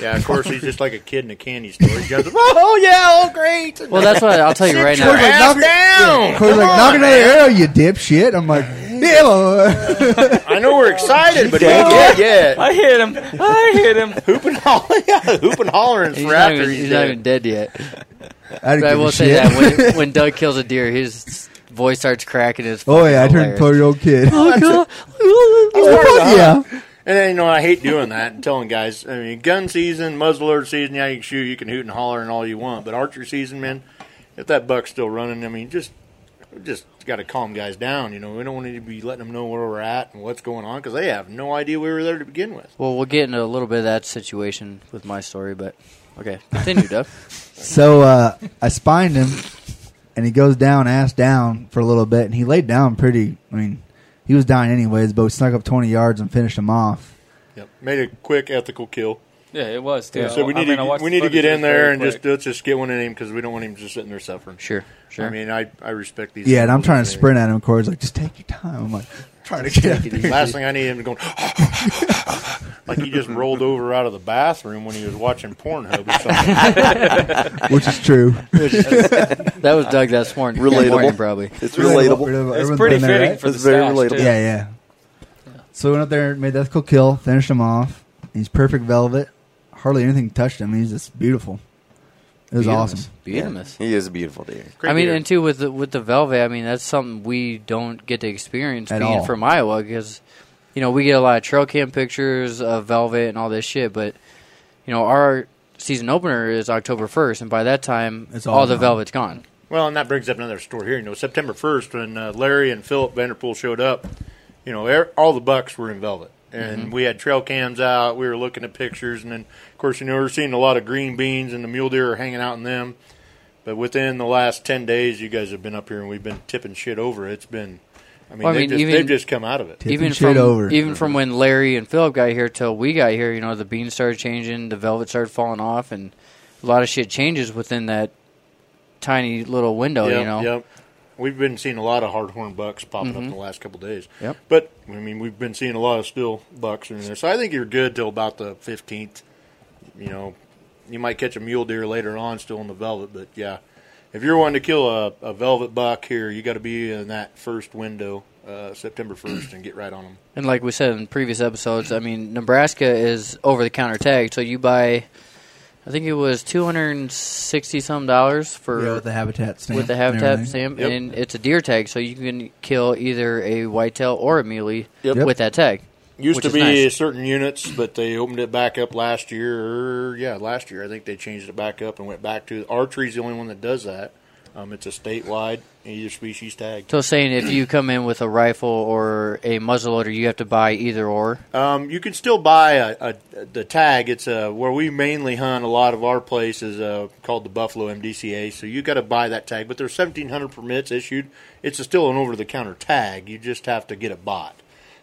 yeah, of course he's just like a kid in a candy store. He jumps up, oh yeah, oh great.
Well, that's what I'll tell you
Sit
right
your
now.
ass
Knock it-
down.
Corey's
Come
like,
on,
knock another
man."
arrow, you dipshit. I'm like, yeah, boy."
I know we're excited, but
Yeah.
yeah, yeah, yeah.
I hit him. I hit him.
Hooping, hollering, hooping, hollering
He's
for
not,
after
even,
he's,
he's
dead.
not even dead yet.
I didn't
But I
give a
will say
shit.
that when, when Doug kills a deer, his voice starts cracking. His
oh yeah, I turned into a year old kid.
Oh, Fuck
yeah.
And then, you know, I hate doing that and telling guys, I mean, gun season, muzzleloader season, yeah, you can shoot, you can hoot and holler and all you want. But archer season, man, if that buck's still running, I mean, just just got to calm guys down. You know, we don't want to be letting them know where we're at and what's going on because they have no idea we were there to begin with.
Well, we'll get into a little bit of that situation with my story, but okay, continue, Doug.
So uh, I spined him, and he goes down, ass down for a little bit, and he laid down pretty. I mean, he was dying anyways, but we snuck up twenty yards and finished him off.
Yep. Made a quick ethical kill.
Yeah, it was too.
So we
I
need
mean, I
to
watched
we
the
need to
footage,
get
it was
in
very
there and
quick.
just let's just get one in him because we don't want him just sitting there suffering.
Sure,
sure. I mean, I, I respect these.
Yeah, and I'm
people.
trying to sprint at him. Corey's like, "Just take your time." I'm like, trying to get up there.
Last thing I need him to go like he just rolled over out of the bathroom when he was watching Pornhub or something.
Which is true.
Which is- that was Doug this morning.
Relatable.
morning, probably.
It's relatable.
Everyone's
It's
been
pretty
there,
fitting
right?
for the It's very stash, relatable. too.
Yeah, yeah. So we went up there, made the ethical kill, finished him off. He's perfect velvet. Hardly anything touched him. He's just beautiful. It was
Beautiful.
awesome.
Beautiful.
He is a beautiful deer.
I mean, and too with the, with the velvet, I mean that's something we don't get to experience
At
being
all.
from Iowa because you know we get a lot of trail cam pictures of velvet and all this shit, but you know our season opener is October first, and by that time
It's
all,
all
the
gone.
velvet's gone.
Well, and that brings up another story here. You know, September 1st, when uh, Larry and Philip Vanderpool showed up, you know, er- all the bucks were in velvet. And
Mm-hmm.
Mhm.
we had trail cams out. We were looking at pictures. And then, of course, you know, we were seeing a lot of green beans, and the mule deer are hanging out in them. But within the last 10 days, you guys have been up here, and we've been tipping shit over. It's been, I mean,
Well,
they've, just, they've just come out of it.
Even from even from when Larry and Philip got here till we got here, you know the beans started changing, the velvet started falling off, and a lot of shit changes within that tiny little window.
Yep,
you know, Mm-hmm.
Yep. We've been seeing a lot of hardhorn bucks popping up in the last couple days.
Yep.
But I mean, we've been seeing a lot of still bucks in there, so I think you're good till about the fifteenth. You know, you might catch a mule deer later on still in the velvet, but yeah, if you're wanting to kill a, a velvet buck here, you got to be in that first window, uh, September first, and get right on them.
And like we said in previous episodes, I mean, Nebraska is over the counter tag, so you buy, I think it was two hundred and sixty some dollars for
Yeah, with the habitat stamp
with the
and
habitat
everything.
stamp,
Yep.
and it's a deer tag, so you can kill either a whitetail or a muley
Yep.
with that tag.
Used
which
to
is
be
nice.
certain units, but they opened it back up last year. Or, yeah, last year I think they changed it back up and went back to archery's the only one that does that. Um, it's a statewide either species tag.
So saying if you come in with a rifle or a muzzleloader, you have to buy either or.
Um, you can still buy a, a, the tag. It's uh where we mainly hunt. A lot of our place is uh, called the Buffalo MDCA, so you got to buy that tag. But there's 1,700 permits issued. It's still an over-the-counter tag. You just have to get it bought.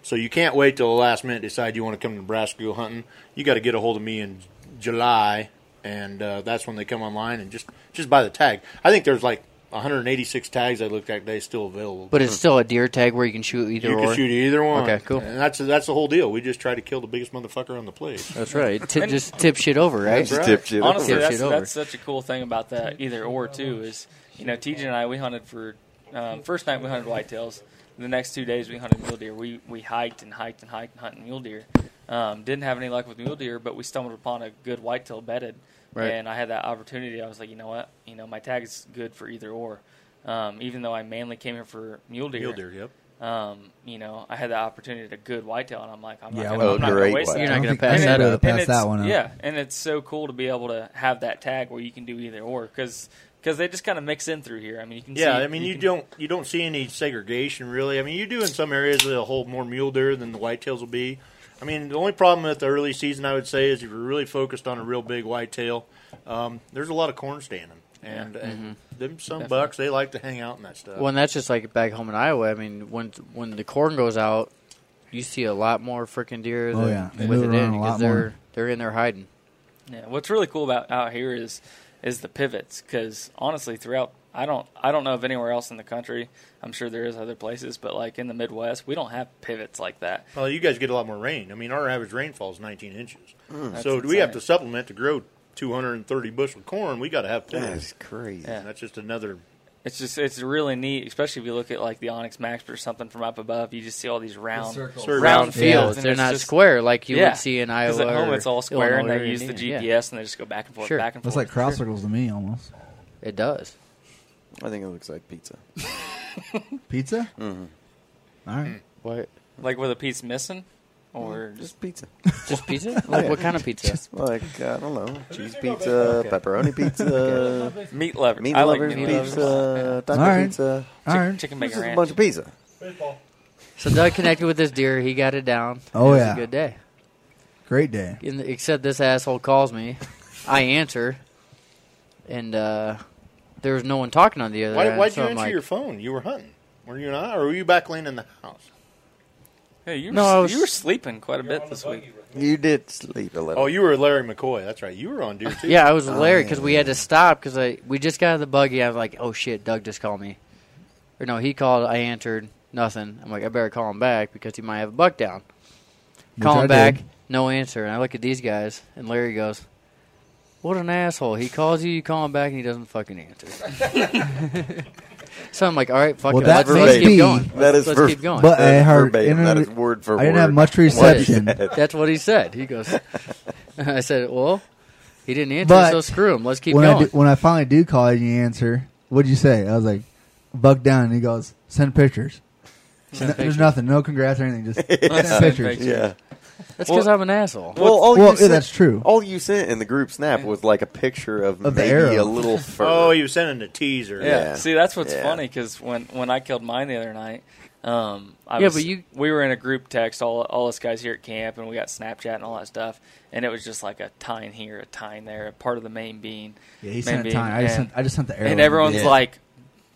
So you can't wait till the last minute to decide you want to come to Nebraska go hunting. You got to get a hold of me in July, and uh, that's when they come online and just just buy the tag. I think there's like 186 tags I looked at today still available.
But it's still a deer tag where you can shoot either
Hmm. You
or.
can shoot either one.
Okay, cool.
And that's that's the whole deal. We just try to kill the biggest motherfucker on the place.
That's right. Tip, just tip shit over, right?
That's right. Tip shit over.
Tip
Honestly, that's,
shit over.
that's such a cool thing about that either or too is you know TJ and I we hunted for um, first night we hunted whitetails. The next two days we hunted mule deer. We we hiked and hiked and hiked and hunting mule deer. Um, didn't have any luck with mule deer, but we stumbled upon a good whitetail bedded,
Right.
and I had that opportunity. I was like, you know what, you know my tag is good for either or. Um, even though I mainly came here for mule deer,
Mule deer, yep.
Um, you know, I had the opportunity to good whitetail, and I'm like, I'm
Yeah,
not
I wouldn't-
going
Great
to waste it.
whitetail. You're not gonna pass
And
that
it-
up.
and
Pass
it's-
that one up.
Yeah, and it's so cool to be able to have that tag where you can do either or because they just kind of mix in through here. I mean, you can
Yeah,
see,
I mean, you,
can-
don't you don't see any segregation really. I mean, you do in some areas they'll hold more mule deer than the whitetails will be. I mean, the only problem at the early season I would say is if you're really focused on a real big whitetail, um, there's a lot of corn standing, and, and them some
Mm-hmm. Definitely.
bucks they like to hang out in that stuff.
Well, and that's just like back home in Iowa. I mean, when when the corn goes out, you see a lot more freaking deer
Oh,
than-
yeah. They
with
move
it in
around a
because
lot
they're
more.
they're in there hiding.
Yeah, what's really cool about out here is is the pivots because honestly, throughout I don't I don't know of anywhere else in the country. I'm sure there is other places, but like in the Midwest, we don't have pivots like that.
Well, you guys get a lot more rain. I mean, our average rainfall is 19 inches.
Mm.
So
That's
we have
insane.
to supplement to grow 230 bushel corn. We got to have plenty.
That is
crazy. That's just another.
It's just it's really neat, especially if you look at like the Onyx Max or something from up above. You just see all these round,
circles.
round
Round
fields.
fields.
and
They're
it's
not
just-
square like you would
Yeah.
see in
'Cause
Iowa
At home,
or
it's all square, and
Illinois or
they use the
Indiana, yeah.
GPS, and they just go back and forth,
Sure.
back and forth.
That's like cross circles to me almost.
It does.
I think it looks like pizza.
Pizza?
Mm-hmm.
All right.
Hmm. What?
Like with a piece missing, or
just pizza?
Just pizza? Like Oh, what kind of pizza?
Just like I don't know, cheese pizza, pepperoni pizza,
Meat lover.
meat
I like
lovers
meat lovers.
pizza, taco
All right.
pizza,
All right. Chicken
This
bacon
is a
ranch.
bunch of pizza.
So Doug connected with this deer. He got it down.
Oh,
it was
yeah.
a good day.
Great day.
In the, except this asshole calls me, I answer, and uh, there was no one talking on the other
Why,
end.
why'd
so
you
I'm
answer
like,
your phone? You were hunting, were you not? Or were you back laying in the house?
Hey, you were,
No, I was-
you were sleeping quite a bit this week.
You did sleep a little.
Oh, you were Larry McCoy. That's right. You were on deer too.
Yeah, I was
Oh,
Larry
Oh,
because we had to stop because we just got out of the buggy. I was like, oh shit, Doug just called me. Or no, he called. I answered. Nothing. I'm like, I better call him back because he might have a buck down.
Which
Call
I
him back.
did.
No answer. And I look at these guys, and Larry goes, what an asshole. He calls you, you call him back, and he doesn't fucking answer. so I'm like, all right, fuck
Well,
it.
that
Let's, let's
may
keep
be-
going.
That is
let's
ver-
keep going.
but That I is heard verbatim. internet- That is word for I didn't have word. much reception.
What? That's what he said. He goes, I said, well, he didn't answer,
But
so screw him. Let's keep
when
going.
I do, when I finally do call you and you answer, what'd you say? I was like, buck down. And he goes, send pictures.
Send
No- There's
pictures.
nothing. No congrats or anything. Just send pictures.
That's 'cause I'm an asshole.
Well, all
Well,
you
yeah,
sent,
that's true.
All you sent in the group snap was like a picture of,
Of the
maybe a
arrow.
little fur.
Oh, you were sending a teaser.
Yeah. See, that's what's funny because when when I killed mine the other night, um, I
Yeah,
was-
but you-
we were in a group text all all us guys here at camp, and we got Snapchat and all that stuff, and it was just like a tine here, a tine there, a part of the main bean.
Yeah, he
main
sent a
bean,
tine. I just
and-
sent- I just sent the arrow in
and
the
everyone's
bean.
like,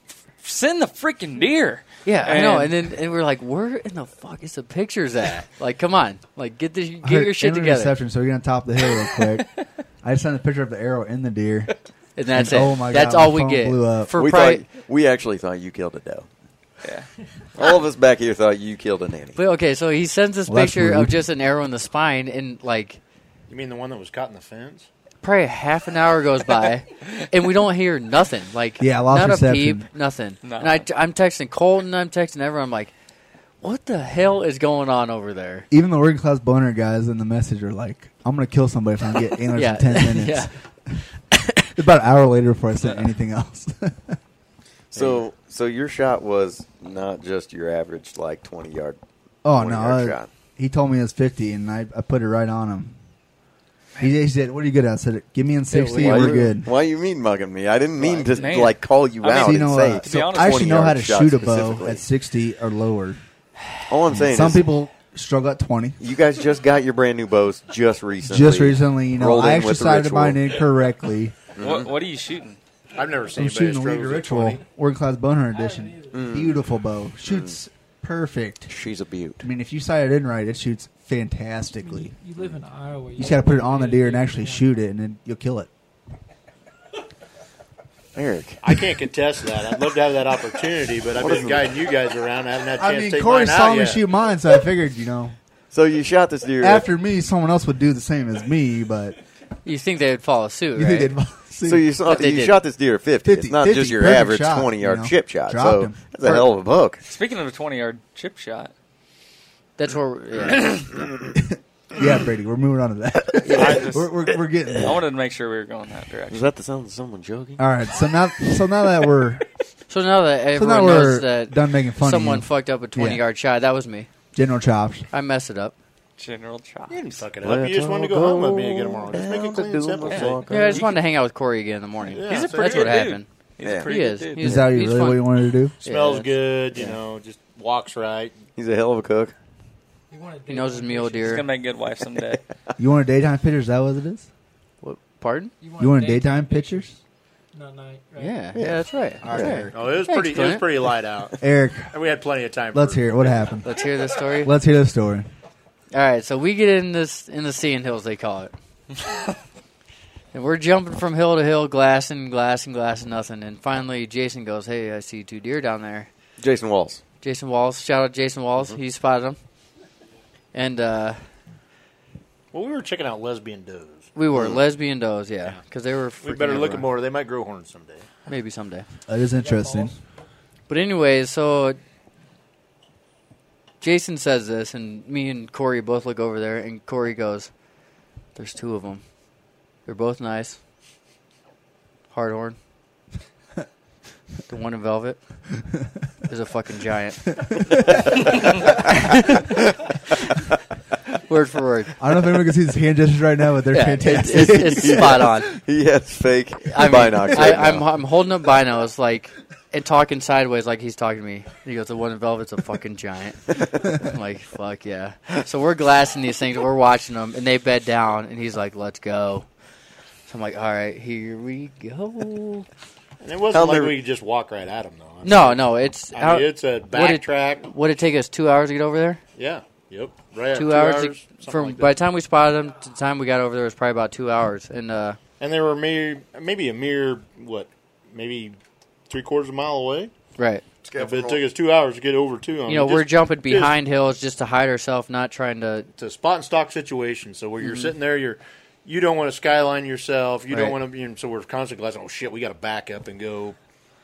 "F- "Send the freaking deer."
yeah, I know. And then and we're like, where in the fuck is the pictures at? like, come on. Like, get this,
I
get your
heard
shit
internet
together.
reception, so we get on top of the hill real quick. I just sent a picture of the arrow in the deer.
And that's
And
it.
Oh my
That's
God, my
all we
phone
get.
Blew up.
For
we
pri-
thought, we actually thought you killed a doe. Yeah. all of us back here thought you killed a nanny.
But okay, so he sends this
Well, that's
picture of
rude.
just an arrow in the spine, and like
You mean the one that was caught in the fence?
probably half an hour goes by, and we don't hear nothing. Like
Yeah, I lost
not
reception.
a peep, nothing.
No.
And I, I'm texting Colton, I'm texting everyone. I'm like, what the hell is going on over there?
Even the working class boner guys in the message are like, "I'm gonna kill somebody if I don't get antlers
Yeah,
in ten minutes."
yeah.
It's About an hour later before I sent anything else.
So, so your shot was not just your average like twenty yard.
oh
20
no!
yard
I-
shot.
he told me it was fifty, and I, I put it right on him. He, he said, "What are you good at?" I said, "Give me in sixty,
Why
we're
you-
good."
Why you mean mugging me? I didn't mean to
Man.
like call you
I mean,
out
so
and
know,
say.
uh, so I actually know how to shoot a bow at sixty or lower.
All I'm saying
some
is-
people struggle at twenty.
You guys just got your brand new bows just recently.
Just recently, you know,
Rolled
I
in with the
exercised
ritual.
mine incorrectly.
What, what are you shooting?
I've never
I'm shooting the League Ritual Word Class Boner Edition. Beautiful bow. Shoots perfect.
Mm. She's a beaut.
I mean, if you sight it in right, it shoots fantastically.
You live in Iowa.
You just got to put it on the deer and actually shoot it, and then you'll kill it.
Eric.
I can't contest that. I'd love to have that opportunity, but I've
What
been
is it?
guiding you guys around. I haven't had a chance
I mean,
to take
Corey
mine
saw
out
me
yet.
shoot mine, so I figured, you know,
So you shot this deer
after me, someone else would do the same as me, but
You think they would follow suit,
You think
right?
they'd follow suit.
So you saw
But they
you
didn't.
shot this deer at 50.
50,
It's not
50,
just your
perfect
average
shot,
20 yard
you know.
chip shot.
Dropped
so
him.
that's a hell of a hook.
Speaking of a 20 yard chip shot,
that's where. We're,
yeah, Brady, we're moving on to that.
I just-
we're, we're, we're getting there.
I wanted to make sure we were going that direction.
Was that the sound of someone joking?
All right, so now, so now that we're
So now that
So
everyone
now we're
knows that
done making fun of
someone
you.
fucked up a twenty
Yeah.
yard shot, that was me.
general chops,
I messed it up.
General Chop.
You didn't fuck it up. you just wanted to go home with me again tomorrow. Just make it clean and simple.
Yeah, I just wanted to hang out with Corey again in the morning.
Yeah, He's a
So
pretty
that's
good
what
dude.
happened.
He's a pretty
he
good
is.
dude.
He's-
is that
he's
really
fun.
what you wanted to do?
Smells
Yeah.
good, you know, just walks right.
He's a hell of a cook.
He knows his mule
She's
deer.
gonna make a good wife someday.
You want a daytime picture? Is that what it is?
Pardon?
You want a daytime pictures?
Not night.
Yeah, yeah, that's right.
All right.
That's right.
Oh, it was
Thanks,
pretty. It was
Clint.
pretty light out.
Eric.
and we had plenty of time.
Let's
for-
hear it. What happened?
Let's hear this story.
Let's hear the story.
All right, so we get in this in the sand hills they call it, and we're jumping from hill to hill, glass and glass and glass and nothing, and finally Jason goes, "Hey, I see two deer down there."
Jason Walls.
Jason Walls, shout out Jason Walls,
Mm-hmm.
he spotted them, and uh,
Well, we were checking out lesbian does.
we were lesbian does, yeah, because they were.
Mm-hmm. We
freaking
better look
everywhere.
at more. They might grow horns someday.
Maybe someday.
That is interesting.
But anyway, so Jason says this, and me and Corey both look over there, and Corey goes, "There's two of them. They're both nice. Hard horn. the one in velvet is a fucking giant." word for word.
I don't know if anyone can see his hand gestures right now, but they're
Yeah,
fantastic.
It's, it's, it's spot on.
He has fake
I mean,
binocs right
I, I'm,
now.
I'm holding up binos like and talking sideways like he's talking to me. He goes, "The one in velvet's a fucking giant." I'm like, "Fuck yeah!" So we're glassing these things. We're watching them, and they bed down. And he's like, "Let's go." So I'm like, "All right, here we go."
And it wasn't
I'll
like
never-
we could just walk right at them, though. I mean,
No, no, it's
I mean,
out-
it's a
what did-
backtrack.
What did it take us two hours to get over there?
Yeah. Yep. Right. at
two, hours, to-
something
from
like that.
by the time we spotted them to the time we got over there was probably about two hours. And uh,
and they were mere, maybe a mere what, maybe three quarters of a mile away.
right,
If it took us two hours to get over to them,
you know,
Um, just-
we're jumping
just
behind hills just to hide ourselves, not trying to
it's a spot and stock situation. So where you're
Mhm.
sitting there, you're you don't want to skyline yourself. You
Right.
don't want to. be in so we're constantly glassing. Oh shit, we got to back up and go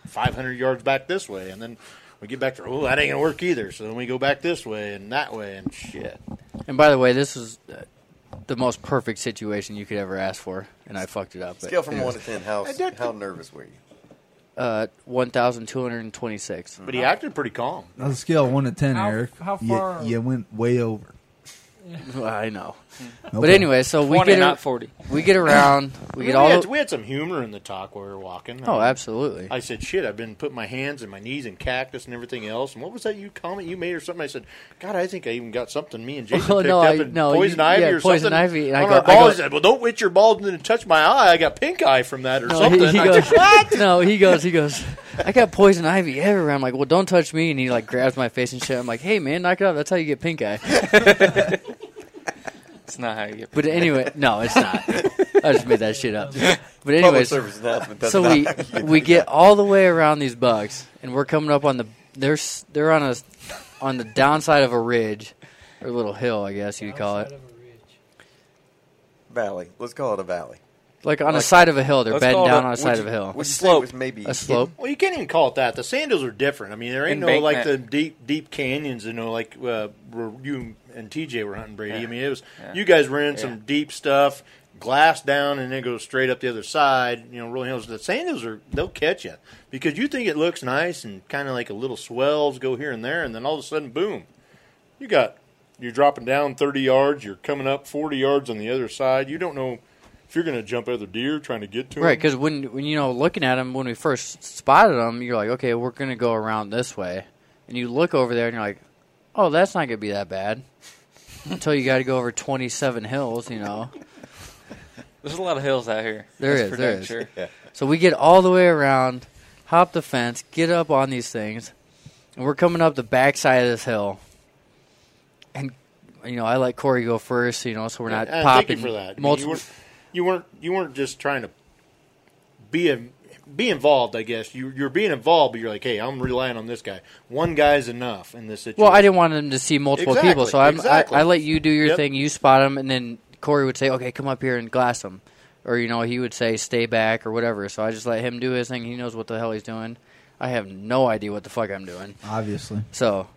500 yards back this way, and then we get back to oh that ain't gonna work either. So then we go back this way and that way and shit.
And by the way, this was uh, the most perfect situation you could ever ask for, and I fucked it up. but
Scale from
anyways.
one to ten. How how nervous were you?
Uh, one thousand two hundred and twenty-six.
But he acted pretty calm.
That was a scale of one to ten,
How-
Eric.
how
You-
far-
You, went way over.
I know.
Hmm.
But
Okay.
anyway, so we
20,
get a-
not 40.
We get around. We
We,
get all.
had,
the-
we had some humor in the talk while we were walking.
Oh, absolutely.
I said, "Shit, I've been putting my hands and my knees in cactus and everything else." And what was that you comment you made or something? I said, "God, I think I even got something me and Jason
Well,
picked
Oh, no,
up
I-
and
no, you-
poison ivy
yeah,
or
poison
something."
ivy, and I
on
go-
our
I
balls."
go-
He said, "Well, don't wet your balls and touch my eye. I got pink eye from that or
No,
something."
he, he
I
goes.
said, "What?"
He No, he goes. He goes. I got poison ivy everywhere. I'm like, well, don't touch me. And he like grabs my face and shit. I'm like, hey man, knock it off. That's how you get pink eye.
It's not how you get.
But anyway, no, it's not. I just made that shit up. But
Public
anyways,
service announcement, that's
so
not
we
how you get
we get all the way around these bugs, and we're coming up on the they're s- they're on a on the downside of a ridge or a little hill, I guess you'd call it.
Valley. Let's call it a valley.
Like on the side of a hill, they're
Let's
bending
call it
down
a-
on
would
the side
you-
of a hill.
would you say it was maybe
a slope.
Well, you can't even call it that. The sand hills are different. I mean, there ain't no
uh,
like the
Embankment.
deep, deep canyons. You know, like uh, where you and TJ were hunting Brady.
Yeah.
I mean, it was
Yeah.
you guys were in
Yeah.
some deep stuff, glass down, and then go straight up the other side. You know, rolling hills. The sand hills are they'll catch you because you think it looks nice and kind of like a little swells go here and there, and then all of a sudden, boom, you got You're dropping down 30 yards. You're coming up 40 yards on the other side. You don't know if you're going to jump other deer trying to get to
Right,
them.
because when when you know looking at them when we first spotted them, you're like, okay, we're gonna go around this way, and you look over there and you're like, oh, that's not gonna be that bad, until you got to go over 27 hills, you know.
There's a lot of hills out here.
There
That's
is,
for
there
damn
is.
sure.
So we get all the way around, hop the fence, get up on these things, and we're coming up the backside of this hill. And you know, I let Corey go first, you know, so we're not
And I thank
popping
you for that. I mean,
multiple.
you, weren't, you weren't you weren't just trying to be a, be involved. I guess you you're being involved, but you're like, hey, I'm relying on this guy. One guy's enough in this situation.
Well, I didn't want him to see multiple
Exactly,
people, so I'm,
exactly.
I, I let you do your
Yep.
thing. You spot him, and then Corey would say, "Okay, come up here and glass him," or you know, he would say, "Stay back" or whatever. So I just let him do his thing. He knows what the hell he's doing. I have no idea what the fuck I'm doing.
Obviously.
So,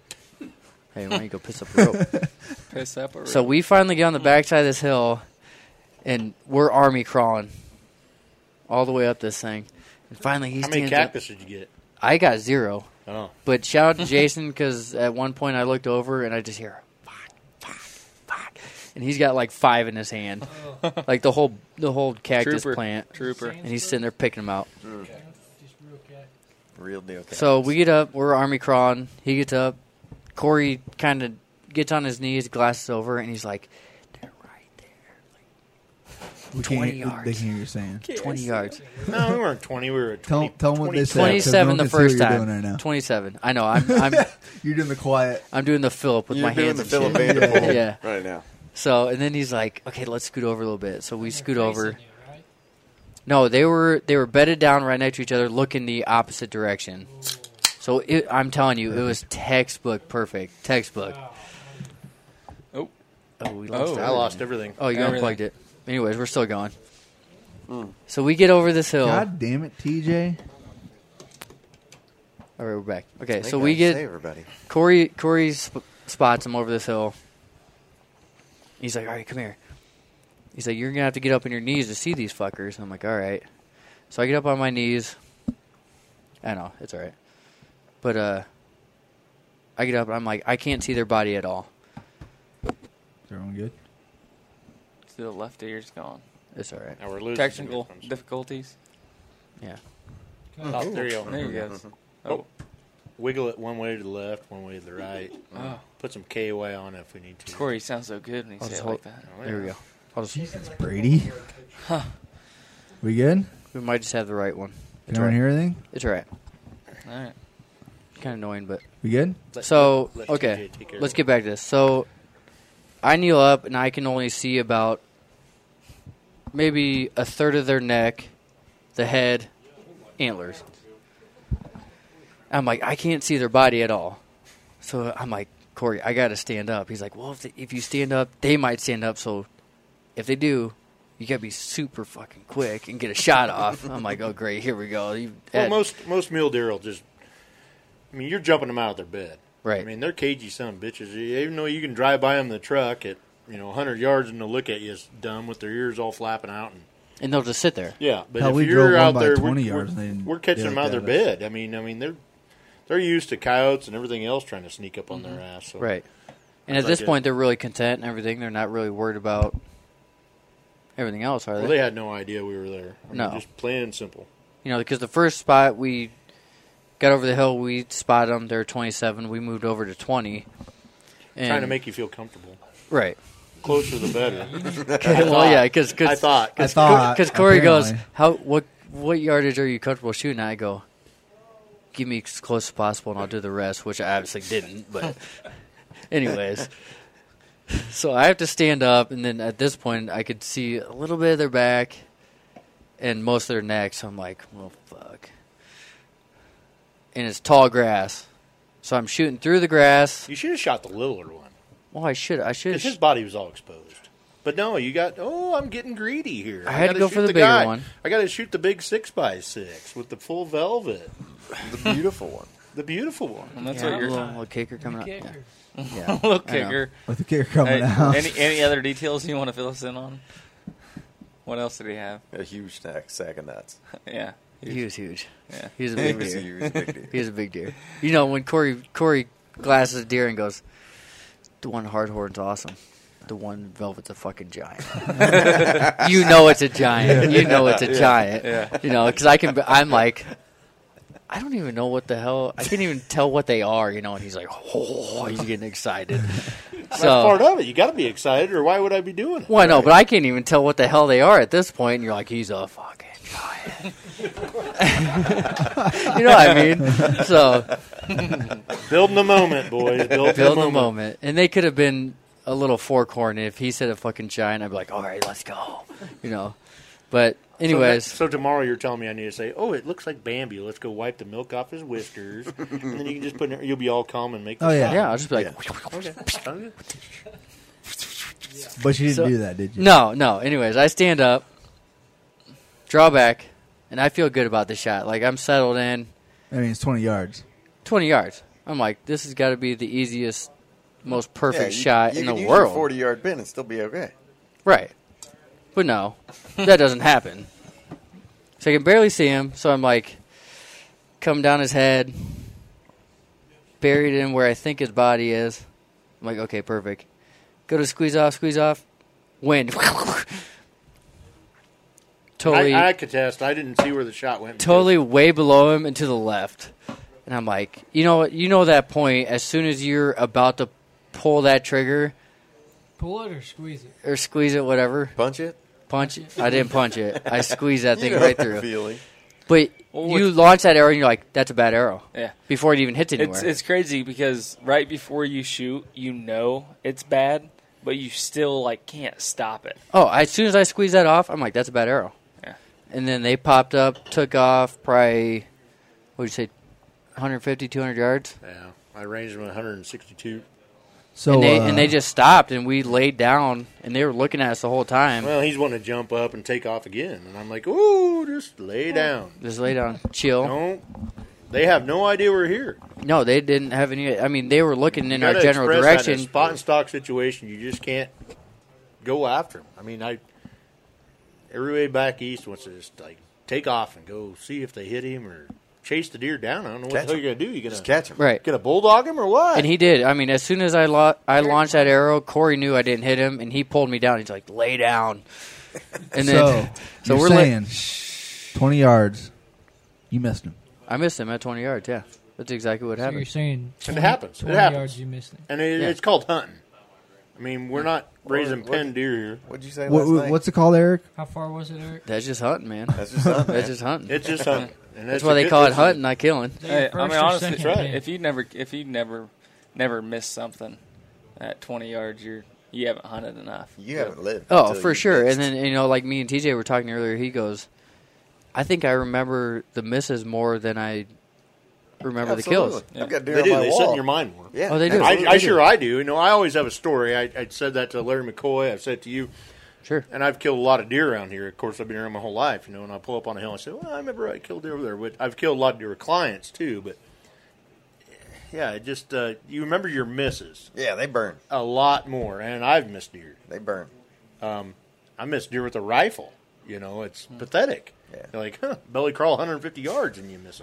hey, why don't you go piss up a rope?
Piss up a rope.
So we finally get on the backside of this hill, and we're army crawling all the way up this thing. And finally, he
How many
stands up.
cactus did you get?
I got zero.
Oh.
But shout out to Jason because at one point I looked over and I just hear, fuck, fuck, fuck. And he's got like five in his hand.
Oh.
like the whole the whole cactus
Trooper,
plant.
trooper.
And he's sitting there picking them out.
Mm. Real deal. cactus.
So we get up, we're army crawling. He gets up. Corey kind of gets on his knees, glasses over, and he's like,
We
20
can't, yards. They can't hear you saying.
20 yards.
No, we weren't 20. We were at
Tell-
20.
tell 'em what they said.
27
no one can
the
see
first
what you're
time.
doing right now.
27. I know. I'm. I'm
You're doing the quiet.
I'm doing the Philip with
You're
my
doing
hands.
the
and
Philip
shit.
Vanderpool
yeah.
right now.
So and then he's like, "Okay, let's scoot over a little bit." So we scoot over. No, they were they were bedded down right next to each other, looking the opposite direction. So it, I'm telling you, it was textbook perfect. Textbook.
Oh,
oh, we lost.
I lost everything.
Oh, you
Everything. Hmm.
unplugged it. Anyways, we're still going. So we get over this hill.
God damn it, TJ.
All right, we're back. Okay,
They
so
gotta
we get
save everybody.
Corey. Corey sp- spots him over this hill. He's like, "All right, come here." He's like, "You're gonna have to get up on your knees to see these fuckers." And I'm like, "All right." So I get up on my knees. I know it's all right, but uh, I get up and I'm like, I can't see their body at all.
Everyone good?
So the left ear's gone.
It's all right.
Now we're losing.
Technical difficulties.
Yeah.
Oh, there you go. There you go.
Oh. Wiggle it one way to the left, one way to the right.
Oh.
Put some KY on it if we need to.
Corey sounds so good when he
I'll
said
just
it
hold-
like that.
Oh, yeah. There we go.
I'll just,
Brady. We good?
we might just have the right one. It's all
everyone
right.
hear anything?
It's all right.
All right.
Kind of annoying, but
We good?
Let-
so
let- let
okay,
TJ take care
let's
of
get back to this. So I kneel up and I can only see about maybe a third of their neck, the head, antlers. I'm like, I can't see their body at all. So I'm like, Corey, I got to stand up. He's like, well, if, they, if you stand up, they might stand up. So if they do, you got to be super fucking quick and get a shot off. I'm like, oh, great, here we go. You
Well,
had-
most most mule deer will just. I mean, you're jumping them out of their bed.
Right.
I mean, they're cagey son of bitches. Even though you can drive by them in the truck at you know 100 yards and they'll look at you as dumb with their ears all flapping out and.
and they'll just sit there.
Yeah, but
Hell,
if
we drove
you're
one
out
by
there,
20
we're,
yards and they
we're,
didn't-
we're catching
they
them out of their
looked at us.
bed. I mean, I mean they're they're used to coyotes and everything else trying to sneak up on their ass. So.
Mm-hmm. Right. And at
Like
this
a-
point, they're really content and everything. They're not really worried about everything else, are they?
well, they had no idea we were there. I mean,
No.
just plain and simple.
you know, because the first spot we got over the hill, we spotted them. They're 27. We moved over to 20. And
trying to make you feel comfortable.
Right.
Closer the better.
Okay, well, yeah, because
I thought
cause, because Corey goes, how what what yardage are you comfortable shooting? at?" I go, give me as close as possible, and I'll do the rest, which I obviously didn't. But anyways, so I have to stand up, and then at this point, I could see a little bit of their back and most of their neck. So I'm like, well, fuck. And it's tall grass, so I'm shooting through the grass.
You should have shot the littler one.
Well, I should I should
Because his body was all exposed. But no, you got. Oh, I'm getting greedy here.
I had to
gotta
go for
shoot
the bigger
guy.
one.
I got to shoot the big six by six with the full velvet. The beautiful one. The beautiful one.
And that's what you're
little, little kicker coming up. Yeah. Yeah,
little
I know.
kicker.
With the kicker coming out.
Any any other details you want to fill us in on? What else did he have?
A huge stack, sack of nuts.
yeah.
He was huge.
Yeah.
He was a big
He was
deer.
a- he was a big deer.
He was a big deer. You know, when Corey Corey glasses a deer and goes, The one hard horn's awesome. The one velvet's a fucking giant. you know it's a giant.
Yeah.
You know it's a
Yeah.
giant.
Yeah.
You know because I can. be- I'm like, I don't even know what the hell. I can't even tell what they are. You know, and he's like, oh, he's getting excited.
That's
So-
part of it. You got to be excited, or why would I be doing it?
well, I know, but I can't even tell what the hell they are at this point. And you're like, he's a fucking giant. you know what I mean? So
Building the moment, boys. Building the
Building
moment.
And they could have been a little four corn if he said a fucking giant. I'd be like, all right, let's go. You know. But
So
anyways,
ne- so, tomorrow you're telling me I need to say, "Oh, it looks like Bambi. Let's go wipe the milk off his whiskers," and then you can just put. In, you'll be all calm and make. The
Oh, yeah.
sound.
Yeah, I'll just be like-
Okay. Okay.
But you didn't
So-
do that, did you?
No, no. Anyways, I stand up, draw back, and I feel good about the shot. Like I'm settled in.
I mean, it's 20 yards.
20 yards. I'm like, this has got to be the easiest, most perfect
Yeah, you-
shot
you
in
could
the
use
world.
A Forty-yard bin and still be okay.
Right. But no, that doesn't happen. So I can barely see him, so I'm like, come down his head, buried in where I think his body is. I'm like, okay, perfect. Go to squeeze off, squeeze off, wind. totally,
I, I contest. I didn't see where the shot went.
totally way below him and to the left. And I'm like, you know, what? you know that point. As soon as you're about to pull that trigger,
Pull it or squeeze it.
or squeeze it, whatever.
Punch it.
Punch it. I didn't punch it. I squeezed that
You
thing
know
right
the
through.
feeling.
But
Well,
you
what's-
launch that arrow and you're like, "That's a bad arrow."
Yeah.
Before it even hits anywhere.
It's it's crazy because right before you shoot, you know it's bad, but you still like can't stop it.
oh, as soon as I squeeze that off, I'm like, "That's a bad arrow."
Yeah.
And then they popped up, took off, probably what would you say, 150, 200 yards.
Yeah, I ranged him 162.
So,
and they
uh,
and they just stopped and we laid down and they were looking at us the whole time.
Well, he's wanting to jump up and take off again, and I'm like, "Ooh, just lay down,
just lay down, chill."
Don't. They have no idea we're here.
No, they didn't have any. I mean, they were looking in
You
our
gotta
general
express that in a
direction.
spot and stock situation, you just can't go after them. I mean, I every way back east wants to just like take off and go see if they hit him or chase the deer down. I don't know what
Catch
the hell
him.
you're gonna do. You gonna
Just
catch him,
Right.
Gonna bulldog him or what?
And he did. I mean, as soon as I lo- I launched that arrow, Corey knew I didn't hit him, and he pulled me down. He's like, "Lay down." And then, so,
you're
we're like,
saying 20 yards. You missed him.
I missed him at 20 yards. Yeah, that's exactly what
So
happened.
you're saying
And
20,
it happens. It
20
happens.
yards you missed it.
And it,
Yeah.
it's called hunting. I mean, we're not raising
what-
pen deer here.
What'd you say
What, what's it called, Eric?
How far was it, Eric?
That's just hunting, man.
That's just hunting, man.
that's just hunting.
It's just hunting. And
that's
that's
why
a
they
good-
call it
that's a-
hunting, not killing.
Hey, I mean, honestly,
second That's right.
if you never if you never never miss something at twenty yards, you're you haven't hunted enough.
You haven't lived.
Oh, for sure. And then you know, like me and TJ were talking earlier. He goes, "I think I remember the misses more than I remember the kills."
Absolutely. I've got
they
deer on
do.
my
they sit in
wall.
your mind more.
Yeah.
Oh, they do.
I, I
They do.
sure I do. You know, I always have a story. I, I said that to Larry McCoy. I've said to you.
Sure.
And I've killed a lot of deer around here. Of course, I've been around my whole life, you know. And I pull up on a hill and I say, "Well, I remember I killed deer over there." But I've killed a lot of deer with clients too. But yeah, it just uh, you remember your misses
Yeah, they burn.
a lot more. And I've missed deer.
They burn.
Um, I missed deer with a rifle. You know, it's pathetic. You're like, huh, belly crawl 150 yards and you miss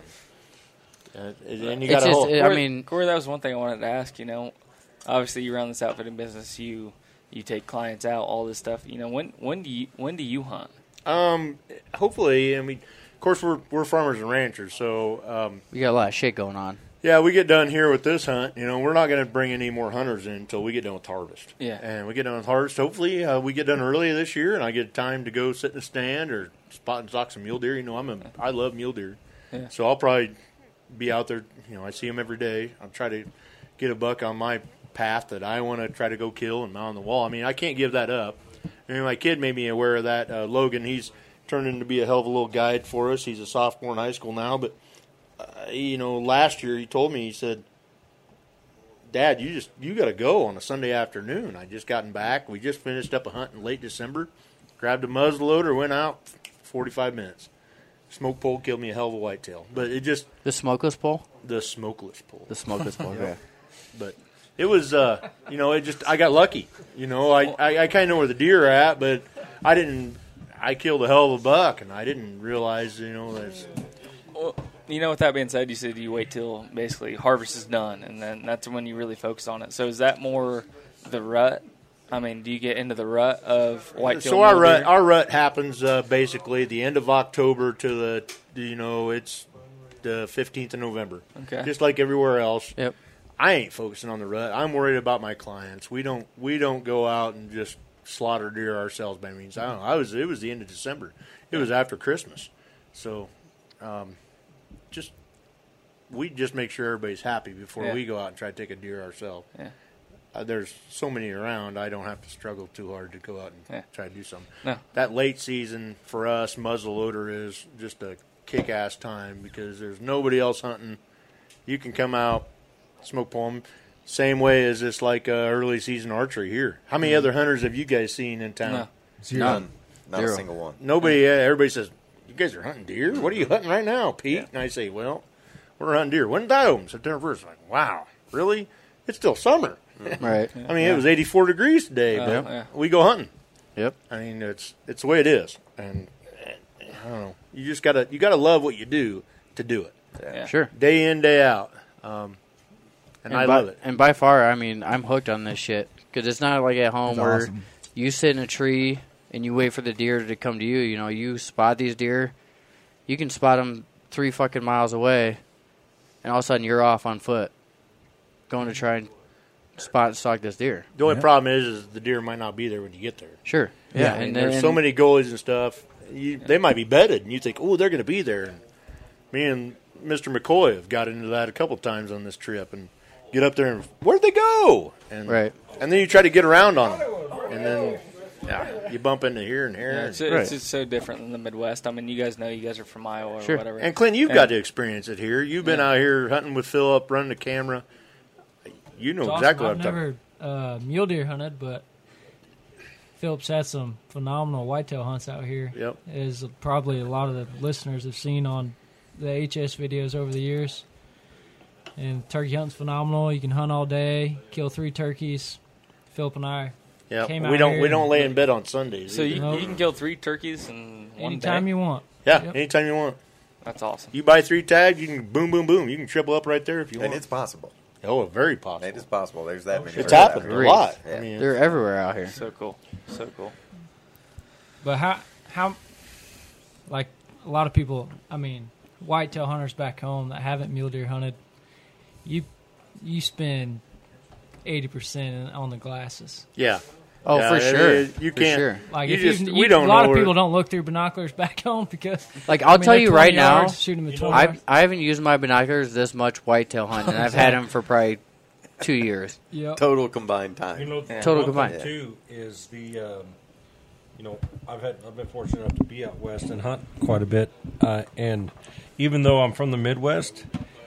them. and you got a whole.
Corey- Corey, that was one thing I wanted to ask. You know, obviously you run this outfitting business. You you take clients out, all this stuff. You know, when when do you when do you hunt?
Um, hopefully, I mean, of course, we're we're farmers and ranchers, so um,
We got a lot of shit going on.
yeah, we get done here with this hunt. You know, we're not going to bring any more hunters in until we get done with harvest.
Yeah.
and we get done with harvest. Hopefully, uh, we get done early this year, and I get time to go sit in a stand or spot and stock some mule deer. You know, I'm a I love mule deer,
Yeah.
so I'll probably be out there. You know, I see them every day. I'll try to get a buck on my path that I want to try to go kill and mount on the wall. I mean, I can't give that up. I mean, my kid made me aware of that. Uh, Logan, he's turning to be a hell of a little guide for us. He's a sophomore in high school now, but uh, you know, last year he told me he said, "Dad, you just you got to go on a Sunday afternoon. I just gotten back. We just finished up a hunt in late December. Grabbed a muzzleloader, went out, forty-five minutes. Smoke pole killed me a hell of a whitetail, but it just
The smokeless pole.
the smokeless pole.
The smokeless pole.
Yeah. But it was, uh, you know, it just I got lucky. You know, I I, I kind of know where the deer are at, but I didn't. I killed a hell of a buck, and I didn't realize, you know, that's
Well, you know, with that being said, you said you wait till basically harvest is done, and then that's when you really focus on it. So is that more the rut? I mean, do you get into the rut of white?
so our rut, our rut happens uh, basically the end of October to the you know it's the fifteenth of November.
Okay.
Just like everywhere else. Yep. I ain't focusing on the rut. I'm worried about my clients. We don't we don't go out and just slaughter deer ourselves by any means. I don't know. I was it was the end of December. It was after Christmas. So um, just we just make sure everybody's happy before
Yeah.
we go out and try to take a deer ourselves.
Yeah.
Uh, there's so many around. I don't have to struggle too hard to go out and try to do something.
No.
That late season for us, muzzleloader is just a kick-ass time because there's nobody else hunting. You can come out, smoke poem, same way as it's like uh, early season archery here. How many
Mm-hmm.
Mhm.
other hunters have you guys seen in town?
No. Zero. None. Not a single one.
Nobody. Uh, everybody says you guys are hunting deer. What are you hunting right now, Pete? And I say, well, we're hunting deer. When did I open? September first. Like, wow, really? It's still summer.
Right.
I mean,
Mm. Yeah.
it was 84 degrees today,
Oh,
but
yeah.
we go hunting.
Yep.
I mean, it's it's the way it is, and eh, I don't know. You just gotta you gotta love what you do to do it.
Yeah. Sure.
Day in, day out. Um, and, I
by,
love it.
And by far, I mean, I'm hooked on this shit because it's not like at home
It's
where
awesome.
you sit in a tree and you wait for the deer to come to you. You know, you spot these deer, you can spot them three fucking miles away, and all of a sudden you're off on foot, going to try and spot and stalk this deer.
The only problem is, is the deer might not be there when you get there.
Sure. Yeah,
I mean,
and
there's
then-
so many goalies and stuff. You, They might be bedded, and you think, oh, they're going to be there. And me and Mr. McCoy have got into that a couple times on this trip, and get up there and where'd they go? And,
Right.
And then you try to get around on them, and then yeah, you bump into here and here.
Yeah,
and-
it's, it's, it's so different than the Midwest. I mean, you guys know you guys are from Iowa or
Sure.
whatever.
And Clint, you've got to experience it here. You've been
Yeah.
out here hunting with Philip, running the camera. You know
It's awesome.
exactly what I'm
I've
talking.
never uh, mule deer hunted, but Phillips had some phenomenal whitetail hunts out here.
Yep.
As probably a lot of the listeners have seen on the HS videos over the years. And turkey hunting's phenomenal. You can hunt all day, kill three turkeys. Philip and I
Yeah,
came
we
out
don't
here
we don't
and-
lay in bed on Sundays.
So you,
either.
you can kill three turkeys in one day.
Anytime you want.
Yeah,
Yep.
anytime you want.
That's awesome.
You buy three tags, you can boom, boom, boom. You can triple up right there if you
And
want.
it's possible.
Oh, very possible.
It is possible. There's that many.
It's
birds
happened
out
a lot. I mean,
They're everywhere out here.
So cool. So cool.
But how how like a lot of people, I mean, whitetail hunters back home that haven't mule deer hunted, you you spend eighty percent on the glasses.
Yeah.
Oh,
Yeah,
for
it-
sure.
it- you
For
can't-
sure.
Like
You
if you-
just-
you,
we don't
a lot
know
of
where-
people don't look through binoculars back home because
Like
I
I'll
mean,
tell
they're
you right
20
now,
yards, shoot 'em at 20
I've,
yards.
I haven't used my binoculars this much whitetail hunting. and I've had them for probably two years.
Yep.
Total combined time.
You know,
Total
one thing,
combined.
too is the, um, you know, I've had I've been fortunate enough to be out west and hunt quite a bit, uh, and even though I'm from the Midwest,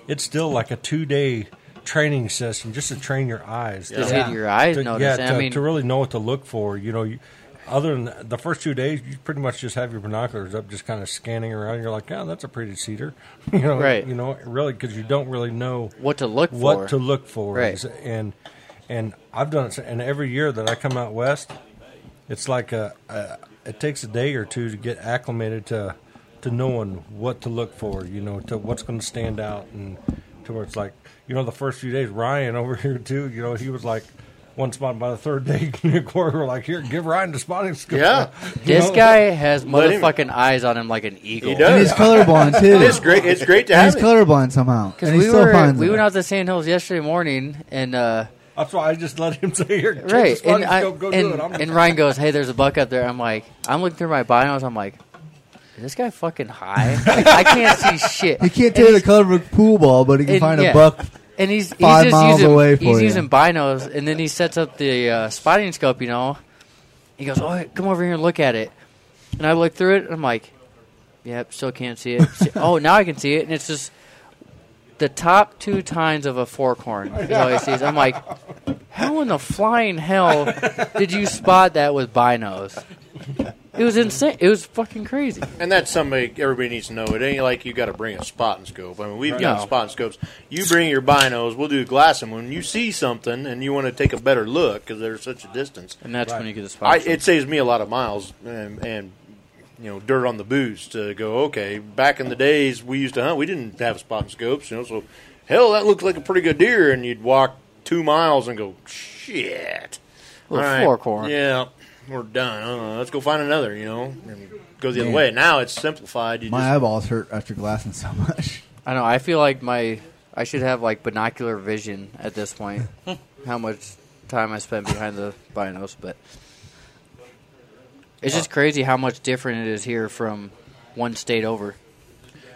it's still like a two day training session just to train your eyes.
Just Yeah. hit your eyes,
To,
notice.
Yeah,
I
to,
mean-
to really know what to look for. You know, you, other than th- the first two days, you pretty much just have your binoculars up, just kind of scanning around. You're like, yeah, that's a pretty cedar. You know,
Right.
You know, really, because you don't really know
What to look
what
for.
to look for.
Right.
Is- and and I've done it, and every year that I come out west, it's like a, a it takes a day or two to get acclimated to to knowing what to look for, you know, to what's going to stand out, and to where it's like, you know, the first few days, Ryan over here too, you know, he was like. One spot by the third day, quarter, we're like, here, give Ryan the spotting scope.
Yeah.
You
This
know?
guy has
Let him-
motherfucking eyes on him like an eagle.
He does. And he's
colorblind too.
It's great- it's great to
And
have
He's
him.
colorblind somehow,
Because
and he
we
still
were
finds
we
it.
went out to Sand Hills yesterday morning, and uh,
That's why I just let him say, here, check the
right,
spotting
and I,
scope, go do it. I'm
and, and Ryan goes, "Hey, there's a buck up there." I'm like, I'm looking through my binos. I'm like, is this guy fucking high? Like, I can't see shit.
He can't tell you the color of a pool ball, but he can
And-
find
yeah.
a buck
And he's, he's
five
just
miles
using,
away for
He's
you.
using binos, and then he sets up the uh, spotting scope. You know, he goes, "Oh, hey, come over here and look at it." And I look through it, and I'm like, "Yep, still can't see it." See- oh, now I can see it, and it's just the top two tines of a forkhorn is all he sees. I'm like, "How in the flying hell did you spot that with binos?" It was insane. It was fucking crazy.
And that's something everybody needs to know. It ain't like you got to bring a spot and scope. I mean, we've
Right.
got
No.
spot and scopes. You bring your binos, we'll do glass, and when you see something and you want to take a better look because there's such a distance,
And that's when you get the spot
I,
and scope.
it saves me a lot of miles and, and you know dirt on the boots to go. Okay, back in the days we used to hunt, we didn't have spot and scopes, you know. So hell, that looked like a pretty good deer, and you'd walk two miles and go shit. All
Little
right,
foghorn.
Yeah, we're done. I don't know. Let's go find another. You know, and go the other
Man.
way. Now it's simplified. You
My
just
eyeballs hurt after glassing so much.
I know. I feel like my I should have like binocular vision at this point. how much time I spent behind the binos, but it's just crazy how much different it is here from one state over.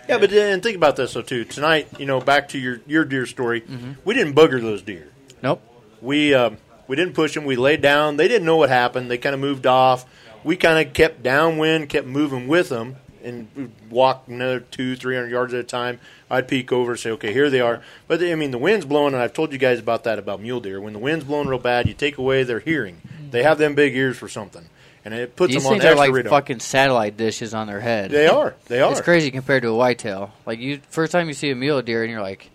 yeah, but then think about this though too. Tonight, you know, back to your your deer story. We didn't bugger those deer.
Mm-hmm. Nope.
We um, we didn't push them. We laid down. They didn't know what happened. They kind of moved off. We kind of kept downwind, kept moving with them, and we'd walk another two, three hundred yards at a time. I'd peek over and say, "Okay, here they are." But I mean, the wind's blowing, and I've told you guys about that about mule deer. When the wind's blowing real bad, you take away their hearing. They have them big ears for something, and it puts
These
them on
things are
extra
like
radar.
fucking satellite dishes on their head.
They are. They are.
It's crazy compared to a whitetail. Like you, first time you see a mule deer, and you're like,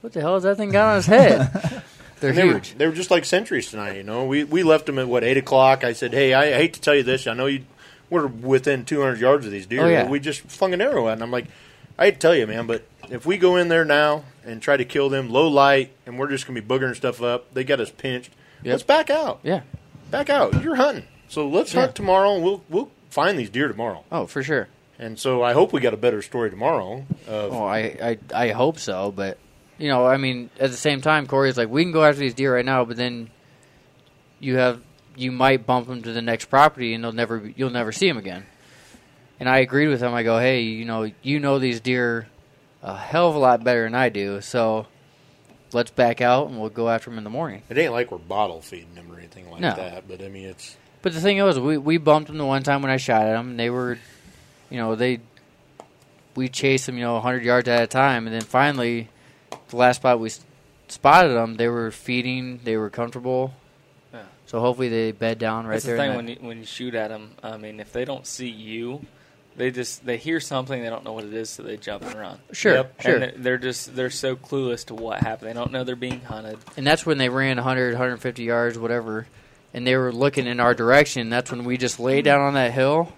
"What the hell has that thing got on his head?" They're
And they
huge.
Were, they were just like sentries tonight. You know, we we left them at what eight o'clock. I said, "Hey, I hate to tell you this. I know you we're within 200 yards of these deer.
Oh, yeah.
but We just flung an arrow at." And I'm like, "I hate to tell you, man, but if we go in there now and try to kill them low light, and we're just gonna be boogering stuff up, they got us pinched. Let's back out.
Yeah,
back out. You're hunting, so let's
Yeah.
hunt tomorrow, and we'll we'll find these deer tomorrow.
Oh, for sure.
And so I hope we got a better story tomorrow. Of
Oh, I, I I hope so, but you know, I mean, at the same time, Corey's like, we can go after these deer right now, but then you have you might bump them to the next property, and they'll never be- you'll never see them again. And I agreed with him. I go, hey, you know, you know these deer a hell of a lot better than I do, so let's back out and we'll go after them in the morning.
it ain't like we're bottle feeding them or anything like
No.
that. But I mean, it's
But the thing was, we we bumped them the one time when I shot at them. And they were, you know, they we chased them, you know, hundred yards at a time, and then finally, the last spot we s- spotted them, they were feeding, they were comfortable.
Yeah.
So hopefully they bed down right
That's
there.
the thing
in
when you, when you shoot at them. I mean, if they don't see you, they just they hear something. They don't know what it is, so they jump and run.
Sure, Yep. sure.
And they're- they're just they're so clueless to what happened. They don't know they're being hunted.
that- and that's when they ran 100, 150 yards, whatever, and they were looking in our direction. That's when we just lay down on that hill.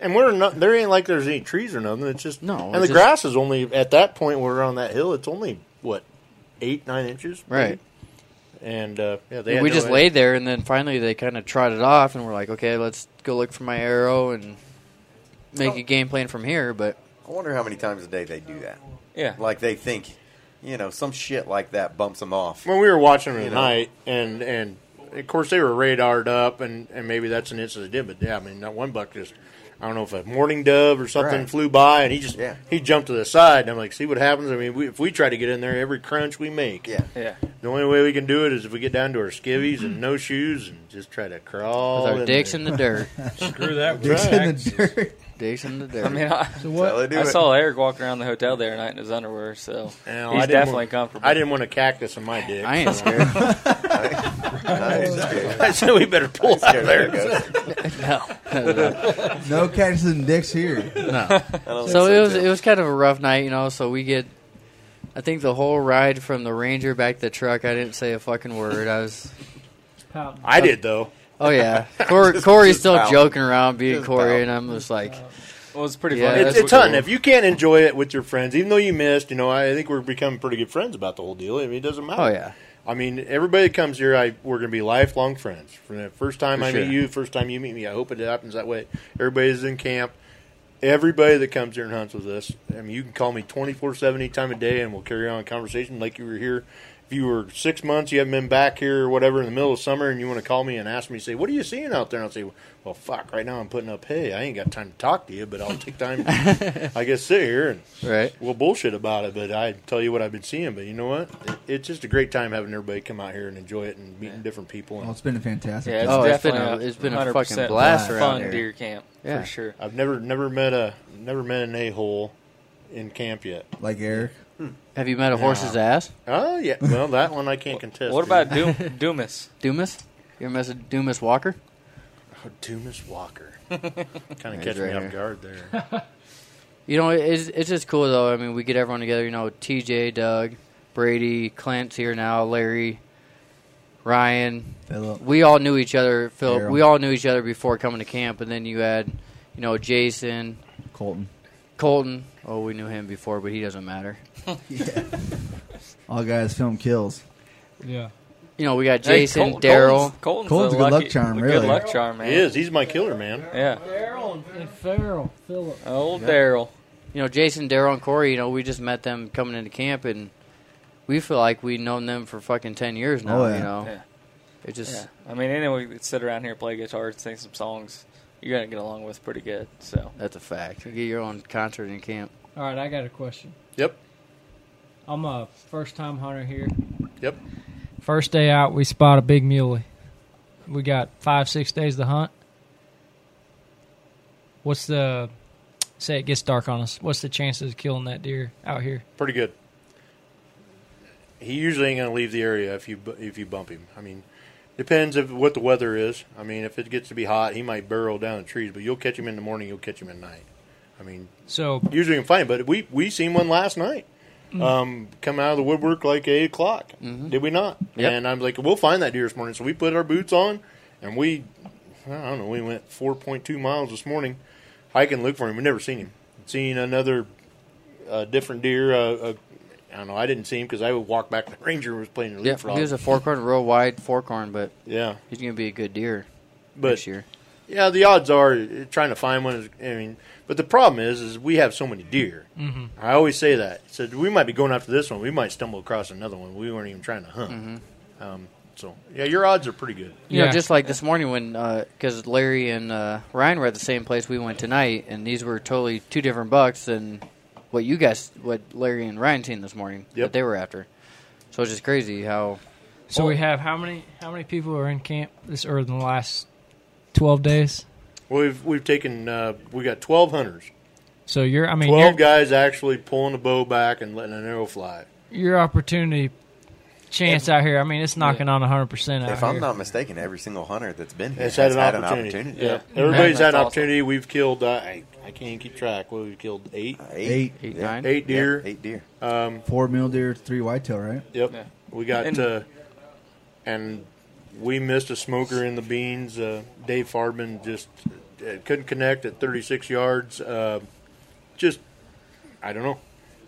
And we're not. There ain't like there's any trees or nothing. It's just no. And the
it's just-
grass is only at that point where we're on that hill. It's only what eight nine inches,
Right.
maybe? And uh, yeah, they had
we
no
just
idea.
laid there, and then finally they kind of trotted off, and we're like, okay, let's go look for my arrow and make a game plan from here. But
I wonder how many times a day they do that.
Yeah.
Like they think, you know, some shit like that bumps them off.
When we were watching them
You
at
know.
night, and and of course they were radared up, and and maybe that's an incident. Did but yeah, I mean that one buck just. I don't know if a mourning dove or something
Right.
flew by, and he just
Yeah.
he jumped to the side. And I'm like, see what happens. I mean, we, if we try to get in there, every crunch we make,
yeah,
yeah.
The only way we can do it is if we get down to our skivvies and no shoes and just try to crawl
With our
in
dicks
there.
in the dirt.
Screw that.
Dicks in the
dirt. Dicks in the dirt.
I mean, I, I saw Eric walking around the hotel there tonight in his underwear, so
Now,
he's
I didn't
definitely
want,
comfortable.
I didn't want a cactus in my dick.
I ain't
so-
scared.
I ain't scared.
I said we better
I
pull
ain't
out
scared
there.
of geckos. No.
no cactus and dicks here.
so it was it was kind of a rough night, you know. So we get, I think the whole ride from the ranger back to the truck, I didn't say a fucking word. I was.
Pouting.
I did, though.
Oh yeah, Corey, Corey's still
Just pouting.
joking around, being
Just
Corey, and I'm just like,
Well, it's pretty
Yeah,
funny.
it's
that's
it's hunting.
cool.
If you can't enjoy it with your friends, even though you missed, you know, I think we're becoming pretty good friends about the whole deal. I mean, it doesn't matter.
Oh, yeah.
I mean, everybody that comes here, I we're going to be lifelong friends. From the first time
For
I
sure.
meet you, first time you meet me, I hope it happens that way. Everybody's in camp. Everybody that comes here and hunts with us, I mean, you can call me 24 7 any time of day and we'll carry on a conversation like you were here. If you were six months, you haven't been back here or whatever in the middle of summer, and you want to call me and ask me, say, What are you seeing out there? And I'll say, Well, fuck, right now I'm putting up hay. I ain't got time to talk to you, but I'll take time. I guess sit here and
right.
we'll bullshit about it, but I tell you what I've been seeing. But you know what? It, it's just a great time having everybody come out here and enjoy it and meeting different people. And
Well, it's been a fantastic.
Yeah, it's
time.
definitely
been a- Oh, it's been a fucking
100%
blast
fun
around here.
deer camp
Yeah.
for sure.
I've never never met a never met an a hole in camp yet.
like Eric.
Have you met a
No.
horse's ass?
Hmm. Oh yeah, well that one I can't contest.
What about Doom, Dumas?
Dumas? You ever met a Dumas Walker?
Oh, Dumas Walker? kind of
He's
catching me
right
off
here.
guard there.
You know, it's it's just cool though. I mean, we get everyone together. You know, TJ, Doug, Brady, Clint's here now, Larry, Ryan.
Phillip.
We all knew each other. Phil,
Daryl.
we all knew each other before coming to camp, and then you had, you know, Jason,
Colton.
Colton. Oh, we knew him before, but he doesn't matter.
All guys film kills.
Yeah.
you know, we got
Hey,
Jason,
Col-
Daryl.
Colton's- Colton's Colton's a a good lucky- luck charm, a good really. luck charm, man.
He is. He's my killer, man.
Yeah.
Daryl and Farrell, Phillips.
Old
Daryl. You know, Jason, Daryl, and Corey. You know, we just met them coming into camp, and we feel like we've known them for fucking ten years now. You know,
Yeah.
it just
Yeah. I mean, anyone that sit around here, play guitar, sing some songs, you're gonna get along with pretty good. So
that's a fact. You get your own concert in camp.
All right, I got a question.
Yep.
I'm a first time hunter here.
Yep.
First day out, we spot a big muley. We got five, six days to hunt. What's the say? It gets dark on us. What's the chances of killing that deer out here?
Pretty good. He usually ain't gonna leave the area if you bu- if you bump him. I mean, depends of what the weather is. I mean, if it gets to be hot, he might burrow down the trees, but you'll catch him in the morning. You'll catch him at night. I mean,
so
usually you can find. But we we seen one last night.
Mm-hmm.
Mm.
Um, come out of the woodwork like eight o'clock. Did we not?
Yep.
And I'm like, we'll find that deer this morning. So we put our boots on, and we, I don't know, we went 4.2 miles this morning, hiking, look for him. We never seen him. Seen another uh, different deer. Uh, uh, I don't know. I didn't see him because I would walk back. The ranger was playing the
Yeah,
leapfrog.
he was a four corn, real wide four corn, but
yeah,
he's gonna be a good deer
But-
this year.
Yeah, the odds are uh, trying to find one. Is, I mean, but the problem is, is we have so many deer.
Mhm.
I always say that. So we might be going after this one. We might stumble across another one. We weren't even trying to hunt. Um, so yeah, your odds are pretty good.
You know, just like this morning when, because Larry and uh, Ryan were at the same place we went tonight, and these were totally two different bucks than what you guys, what Larry and Ryan seen this morning, that they were after. So it's just crazy how.
So we have how many? How many people are in camp this or in the last twelve days?
We've we've taken uh, we got twelve hunters.
So you're, I mean,
twelve
your,
guys actually pulling the bow back and letting an arrow fly.
your opportunity chance out here. I mean, it's knocking on hundred percent out
If
here.
I'm not mistaken, every single hunter that's been here
It's
has
had an opportunity. Yeah. everybody's had an opportunity. We've killed. Uh, I, I can't even keep track. What we've killed eight,
Eight. Eight,
Yeah.
nine?
eight deer,
Yeah, eight deer.
Um,
Four mule deer, three whitetail, right?
Yep. We got
And-
uh, and we missed a smoker in the beans. Uh, Dave Farben just uh, couldn't connect at 36 yards. Uh, just I don't know.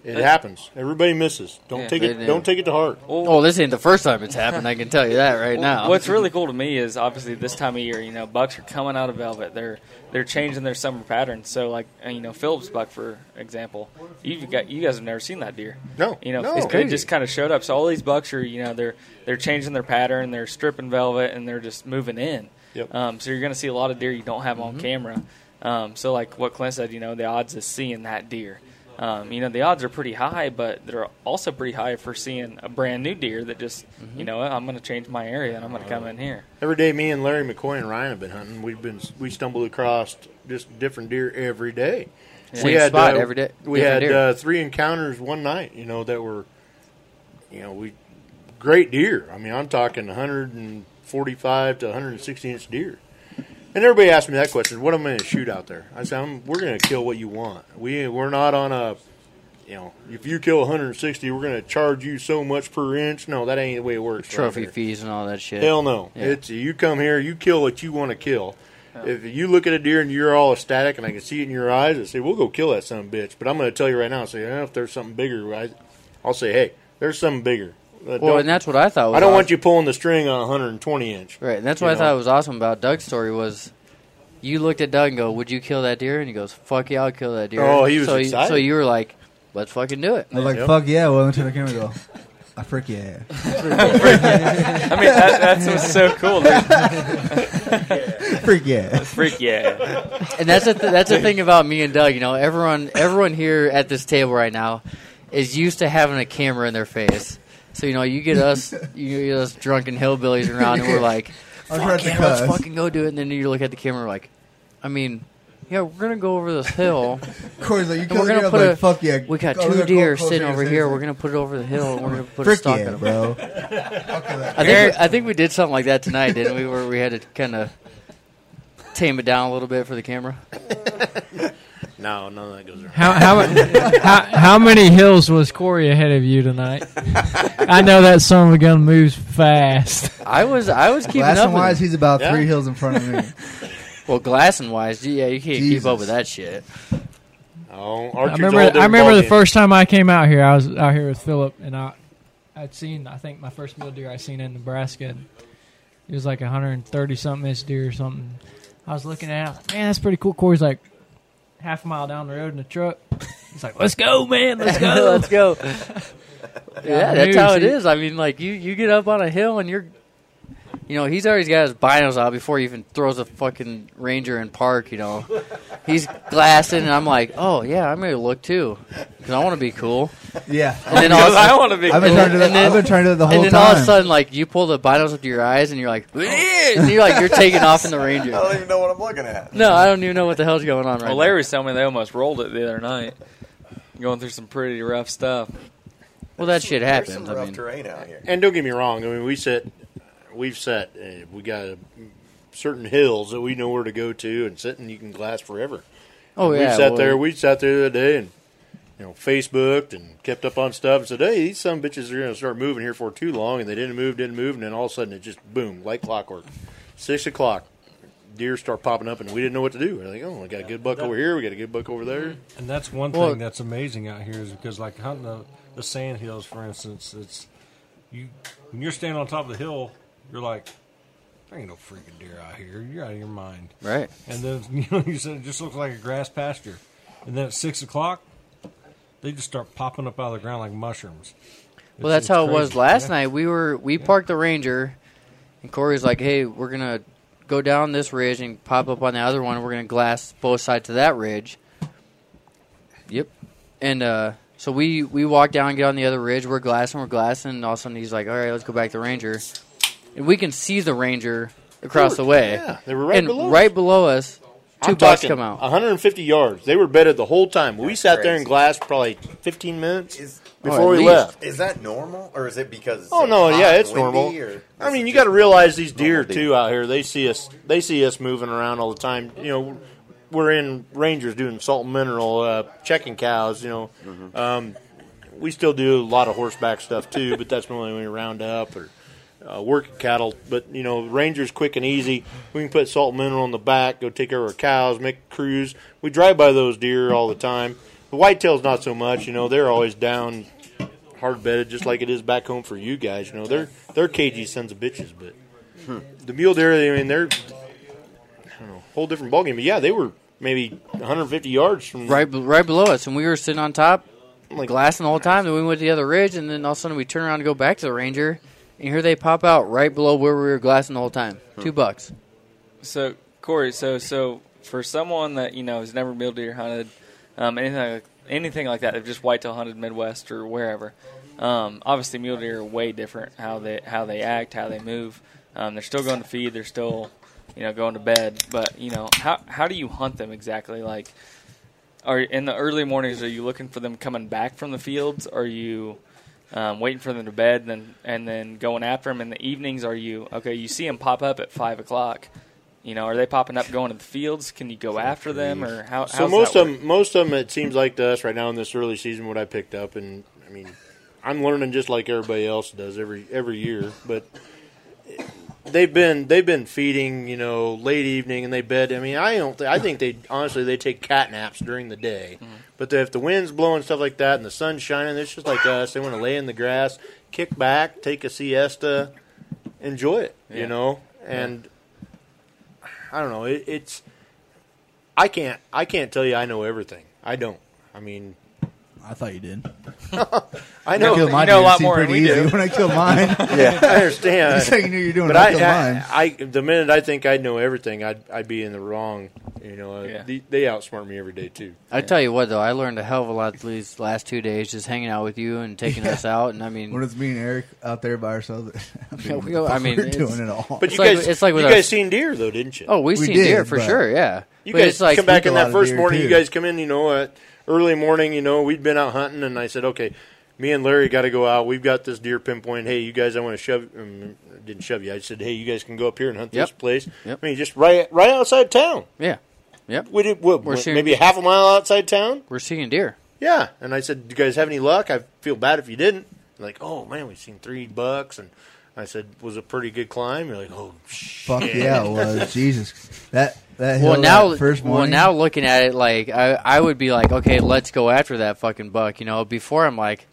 It
That's-
happens. Everybody misses. Don't
Yeah,
take
they
it.
do.
Don't take it to heart.
Oh, this ain't the first time it's happened. I can tell you that right
Well,
now.
What's really cool to me is obviously this time of year, you know, bucks are coming out of velvet. They're they're changing their summer patterns. So like uh, you know, Phillips buck for example, you've got you guys have never seen that deer.
No,
you know,
no.
it-
It's
it
crazy.
just kind of showed up. So all these bucks are you know they're they're changing their pattern. They're stripping velvet and they're just moving in.
Yep.
Um, so you're going to see a lot of deer you don't have on
Mm-hmm.
Mhm.
camera. Um, so like what Clint said, you know, the odds of seeing that deer. Um, you know the odds are pretty high, but they're also pretty high for seeing a brand new deer that just,
Mm-hmm.
you know, what, I'm going to change my area and I'm going to come in here.
Every day, me and Larry McCoy and Ryan have been hunting. We've been we stumbled across just different deer every day. uh,
Yeah. Same spot every day,
We
different
had
deer.
uh, three encounters one night. You know that were, you know, we great deer. I mean, I'm talking 145 to 160 inch deer. And everybody asked me that question: What am I going to shoot out there? I said, I'm, "We're going to kill what you want. We we're not on a, you know, if you kill 160, we're going to charge you so much per inch. No, that ain't the way it works. around
trophy
here.
fees and all that shit.
Hell no.
Yeah.
It's you come here, you kill what you want to kill. If you look at a deer and you're all ecstatic, and I can see it in your eyes, I say, "We'll go kill that son of a bitch." But I'm going to tell you right now, I say, eh, "If there's something bigger, I, I'll say, hey, there's something bigger." Uh,
Well,
don't-
and that's what I thought. Was
I don't
awesome.
want you pulling the string on a 120 inch.
Right, and that's
You
what I
know?
thought was awesome about Doug's story was you looked at Doug and go, "Would you kill that deer?" And he goes, "Fuck yeah, I'll kill that deer."
Oh, he was
so
excited.
so you were like, "Let's fucking do it."
I was like, fuck yeah. Well, I went to the camera and go, I frick yeah. I
mean, that- that's what's so cool,
dude.
Freak yeah.
Freak yeah.
And that's the th- that's the thing about me and Doug. You know, everyone everyone here at this table right now is used to having a camera in their face. So you know, you get us you get us drunken hillbillies around, and we're like,
I was
"Fuck
about to
yeah, let's
cuss.
fucking go do it." And then you look at the camera, like, I mean. Yeah, we're gonna go over this hill.
Corey's like, you
and
kill
we're
the deer?
gonna
I'm
put
like,
a,
fuck yeah.
We got
Go
two
look
deer
closer
sitting
to
over
his
here.
face.
We're gonna put it over the hill, and we're gonna put a
Frick
stock
yeah,
in it,
bro.
I think, I think we did something like that tonight, didn't we? Where we had to kind of tame it down a little bit for the camera.
no, Oh, none of that goes around.
How how, how how many hills was Corey ahead of you tonight? I know that son of a gun moves fast.
I was I was keeping
Glass
up.
and
with
wise,
him.
he's about three hills in front of me.
Well, glass and wise, yeah, you can't keep up with that shit.
Oh,
I remember I remember the first time I came out here, I was out here with Philip, and I I'd seen. I think my first mule deer I seen in Nebraska. and It was like 130 something inch deer or something. I was looking at, it, I was like, man, that's pretty cool. Corey's like half a mile down the road in a truck. He's like, let's go, man, let's go,
Let's go. yeah,
I
that's
knew,
how it
see.
is. I mean, like you, you get up on a hill and you're, you know, he's already got his binos out before he even throws a fucking ranger in park. You know, he's glassing, and I'm like, oh yeah, I'm gonna look too, because I want to be cool.
Yeah.
and then all
Because
of a sudden-
I wanna be I've been
and
trying to do that-
and then-
I've been trying to do that the whole
And then all of a
time.
sudden, like you pull the binos up to your eyes, and you're like, and you're like, you're taking off in the ranger.
I don't even know what I'm looking at.
No, I don't even know what the hell's going on right
Well,
now.
Larry's telling me they almost rolled it the other night, going through some pretty rough stuff.
Well, that shit
happens.
some I rough mean-
terrain
out here.
And don't get me wrong. I mean, we set, we've set, uh, we got uh, certain hills that we know where to go to, and sitting you can glass forever.
Oh,
we
yeah,
sat
well-
there. We sat there the other day and you know Facebooked and kept up on stuff and said, "Hey, these some bitches are going to start moving here for too long," and they didn't move, didn't move, and then all of a sudden it just boom, like clockwork. Six o'clock, deer start popping up, and we didn't know what to do. We're like, "Oh, we got a good buck over here. We got a good buck over there."
And that's one
Well-
thing that's amazing out here is because like hunting the, the sand hills, for instance, it's you when you're standing on top of the hill, you're like, there ain't no freaking deer out here. You're out of your mind,
Right.
And then you know you said it just looks like a grass pasture, and then at six o'clock, they just start popping up out of the ground like mushrooms.
Well,
It's-
that's how
it's
it was
crazy.
last
Yeah.
night. We were we parked the Ranger, and Corey's like, "Hey, we're gonna go down this ridge and pop up on the other one. We're gonna glass both sides of that ridge." Yep. And uh, so we we walk down, get on the other ridge. We're glassing, we're glassing, and all of a sudden he's like, "All right, let's go back to Ranger," and we can see the Ranger across
They
the
were-
way.
yeah, they were right
and
below us.
right below us. 2
I'm
bucks
talking
come out.
150 yards. They were bedded the whole time. we
That's
sat there and
crazy.
glassed probably 15 minutes before
Oh, at
we
least.
left.
Is that normal, or is it because? It's
Oh
so
no,
hot
yeah,
and
it's
windy,
normal.
Or
I mean, you got to realize these deer too out here. They see us. They see us moving around all the time. You know, we're in rangers doing salt and mineral uh, checking cows. You know,
Mm-hmm.
um, we still do a lot of horseback stuff too, but that's normally when we round up or uh, work cattle. But you know, rangers quick and easy. We can put salt and mineral in the back, go take care of our cows, make a cruise. We drive by those deer all the time. The whitetails not so much. You know, they're always down hard bedded, just like it is back home for you guys. You know, they're they're cagey sons of bitches, but the mule deer, I mean, they're I don't know, whole different ballgame. But yeah, they were maybe 150 yards from
right be- right below us, and we were sitting on top, glassing the whole time. Then we went to the other ridge, and then all of a sudden we turn around and go back to the ranger, and here they pop out right below where we were glassing the whole time.
Hmm.
Two bucks.
So Corey, so so for someone that you know has never mule deer hunted, um, anything like, anything like that, they've just whitetail hunted Midwest or wherever. Um, obviously, mule deer are way different how they how they act, how they move. Um, they're still going to feed. They're still you know going to bed. But you know how how do you hunt them exactly? Like, are in the early mornings? Are you looking for them coming back from the fields? Are you um, waiting for them to bed, and then and then going after them in the evenings. Are you okay? You see them pop up at five o'clock. You know, are they popping up going to the fields? Can you go after them, or how?
So
how's
most
that
of
work?
them, most of them, it seems like to us right now in this early season, what I picked up, and I mean, I'm learning just like everybody else does every every year. But they've been they've been feeding, you know, late evening, and they bed. I mean, I don't, thi- I think they honestly they take cat naps during the day.
Mm-hmm.
But if the wind's blowing stuff like that and the sun's shining, it's just like us. They want to lay in the grass, kick back, take a siesta, enjoy it.
Yeah.
You know, and I don't know. It, it's I can't I can't tell you I know everything. I don't. I mean,
I thought you did.
I know.
killed my
you know
deer,
a
it
lot
seemed
more than
pretty
we
easy
do.
when I killed mine.
yeah, I understand.
You said you knew you were doing
but
it, I
I,
killed
I,
mine.
I, the minute I think I know everything, I'd I'd be in the wrong. You know, uh,
Yeah.
they, they outsmart me every day too.
I tell you what, though, I learned a hell of a lot these last two days just hanging out with you and taking us out. And I mean,
When it's me and Eric out there by ourselves, I,
Yeah, we go-
what the
I
fuck
mean,
we're
it's-
doing it all.
But
It's
you
like-
guys,
it's like with
you
our-
guys seen deer though, didn't you?
Oh, we've We seen did, deer for but- sure, yeah.
You
But
guys
it's like-
come back
we
in
killed a lot
that
of
first
deer,
morning. You
too.
guys come in, you know, at early morning. You know, we'd been out hunting, and I said, okay, me and Larry got to go out. We've got this deer pinpoint. Hey, you guys, I want to shove. Um, didn't shove you. I said, hey, you guys can go up here and hunt
Yep.
this place.
Yep.
I mean, just right right outside town.
yeah, yep.
We did what,
We're
what,
seeing-
maybe half a mile outside town.
We're seeing deer.
Yeah, and I said, "Do you guys have any luck? I feel bad if you didn't." Like, oh man, we've seen three bucks, and I said, "Was a pretty good climb." You're like, "Oh,
Fuck yeah, it was Jesus. That that hill
Well, now,
that first
well,
morning.
now looking at it, like I, I would be like, okay, let's go after that fucking buck. You know, before I'm like,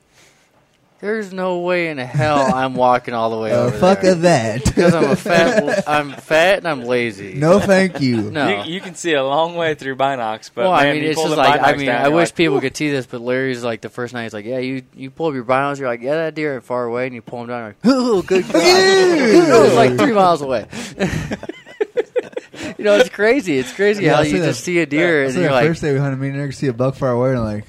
There's no way in hell I'm walking all the way
Oh,
over
fuck
there.
that.
Because I'm a fat, I'm fat and I'm lazy.
No, thank you.
No.
You, you can see a long way through binocs, but
well,
man,
I mean,
you
it's
pull
just
the
like I
binocs
mean,
down,
I
you're
wish
like,
people could see this, but Larry's like the first night. He's like, "Yeah, you you pull up your binoculars. You're like, yeah, that deer ain't far away," and you pull him down. You're like, "Oh, good God, it was like three miles away." you know, it's crazy. It's crazy
Yeah,
how
I
you
see that-
just see a deer
I
and
see
you're
that
like,
first day we hunted me and Eric see a buck far away and like,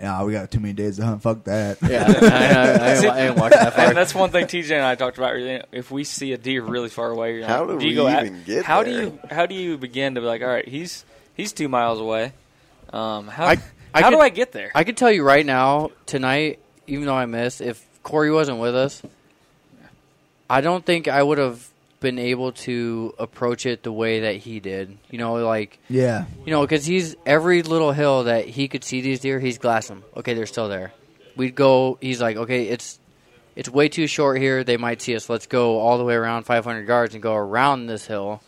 yeah, we got too many days to hunt. Fuck that.
Yeah, I- I- I ain't- I ain't walking that far.
And that's one thing TJ and I talked about. earlier. If we see a deer really far away, you're like,
How do
you
we
go at-
even get
How do
there?
you how do you begin to be like, all right, he's he's two miles away. Um, how how
could-
do I get there?
I could tell you right now, tonight, even though I missed, if Corey wasn't with us, I don't think I would have been able to approach it the way that he did. You know, like
Yeah.
you know, because he's every little hill that he could see these deer, he's glass 'em. Okay, they're still there. We'd go. He's like, okay, it's it's way too short here. They might see us. Let's go all the way around 500 yards and go around this hill.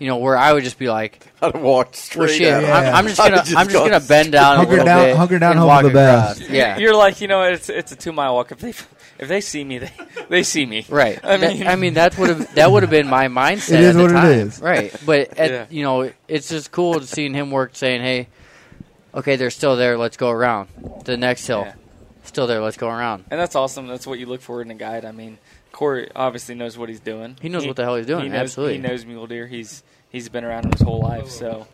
You know, where I would just be like,
I'd walk
Well,
straight
shit,
up.
I'm, I'm just
I'd
gonna,
just
I'm just
gone
gonna bend down a
Hunker
little
down-
bit.
hunker down,
and
hope
walk
for the
across.
best.
Yeah,
You're like, you know, it's it's a two mile walk. If they if they see me, they they see me.
Right.
I
I
mean,
mean, that, I mean that would have that would have been my mindset.
It is
at the
what it
time.
is.
Right. But at,
Yeah.
you know, it's just cool to seeing him work, saying, "Hey, okay, they're still there. Let's go around the next hill. Still there. Let's go around."
And that's awesome. That's what you look for in a guide. I mean, Corey obviously knows what he's doing.
He knows what the hell he's doing,
He knows,
absolutely.
he knows mule deer. He's he's been around him his whole life. So,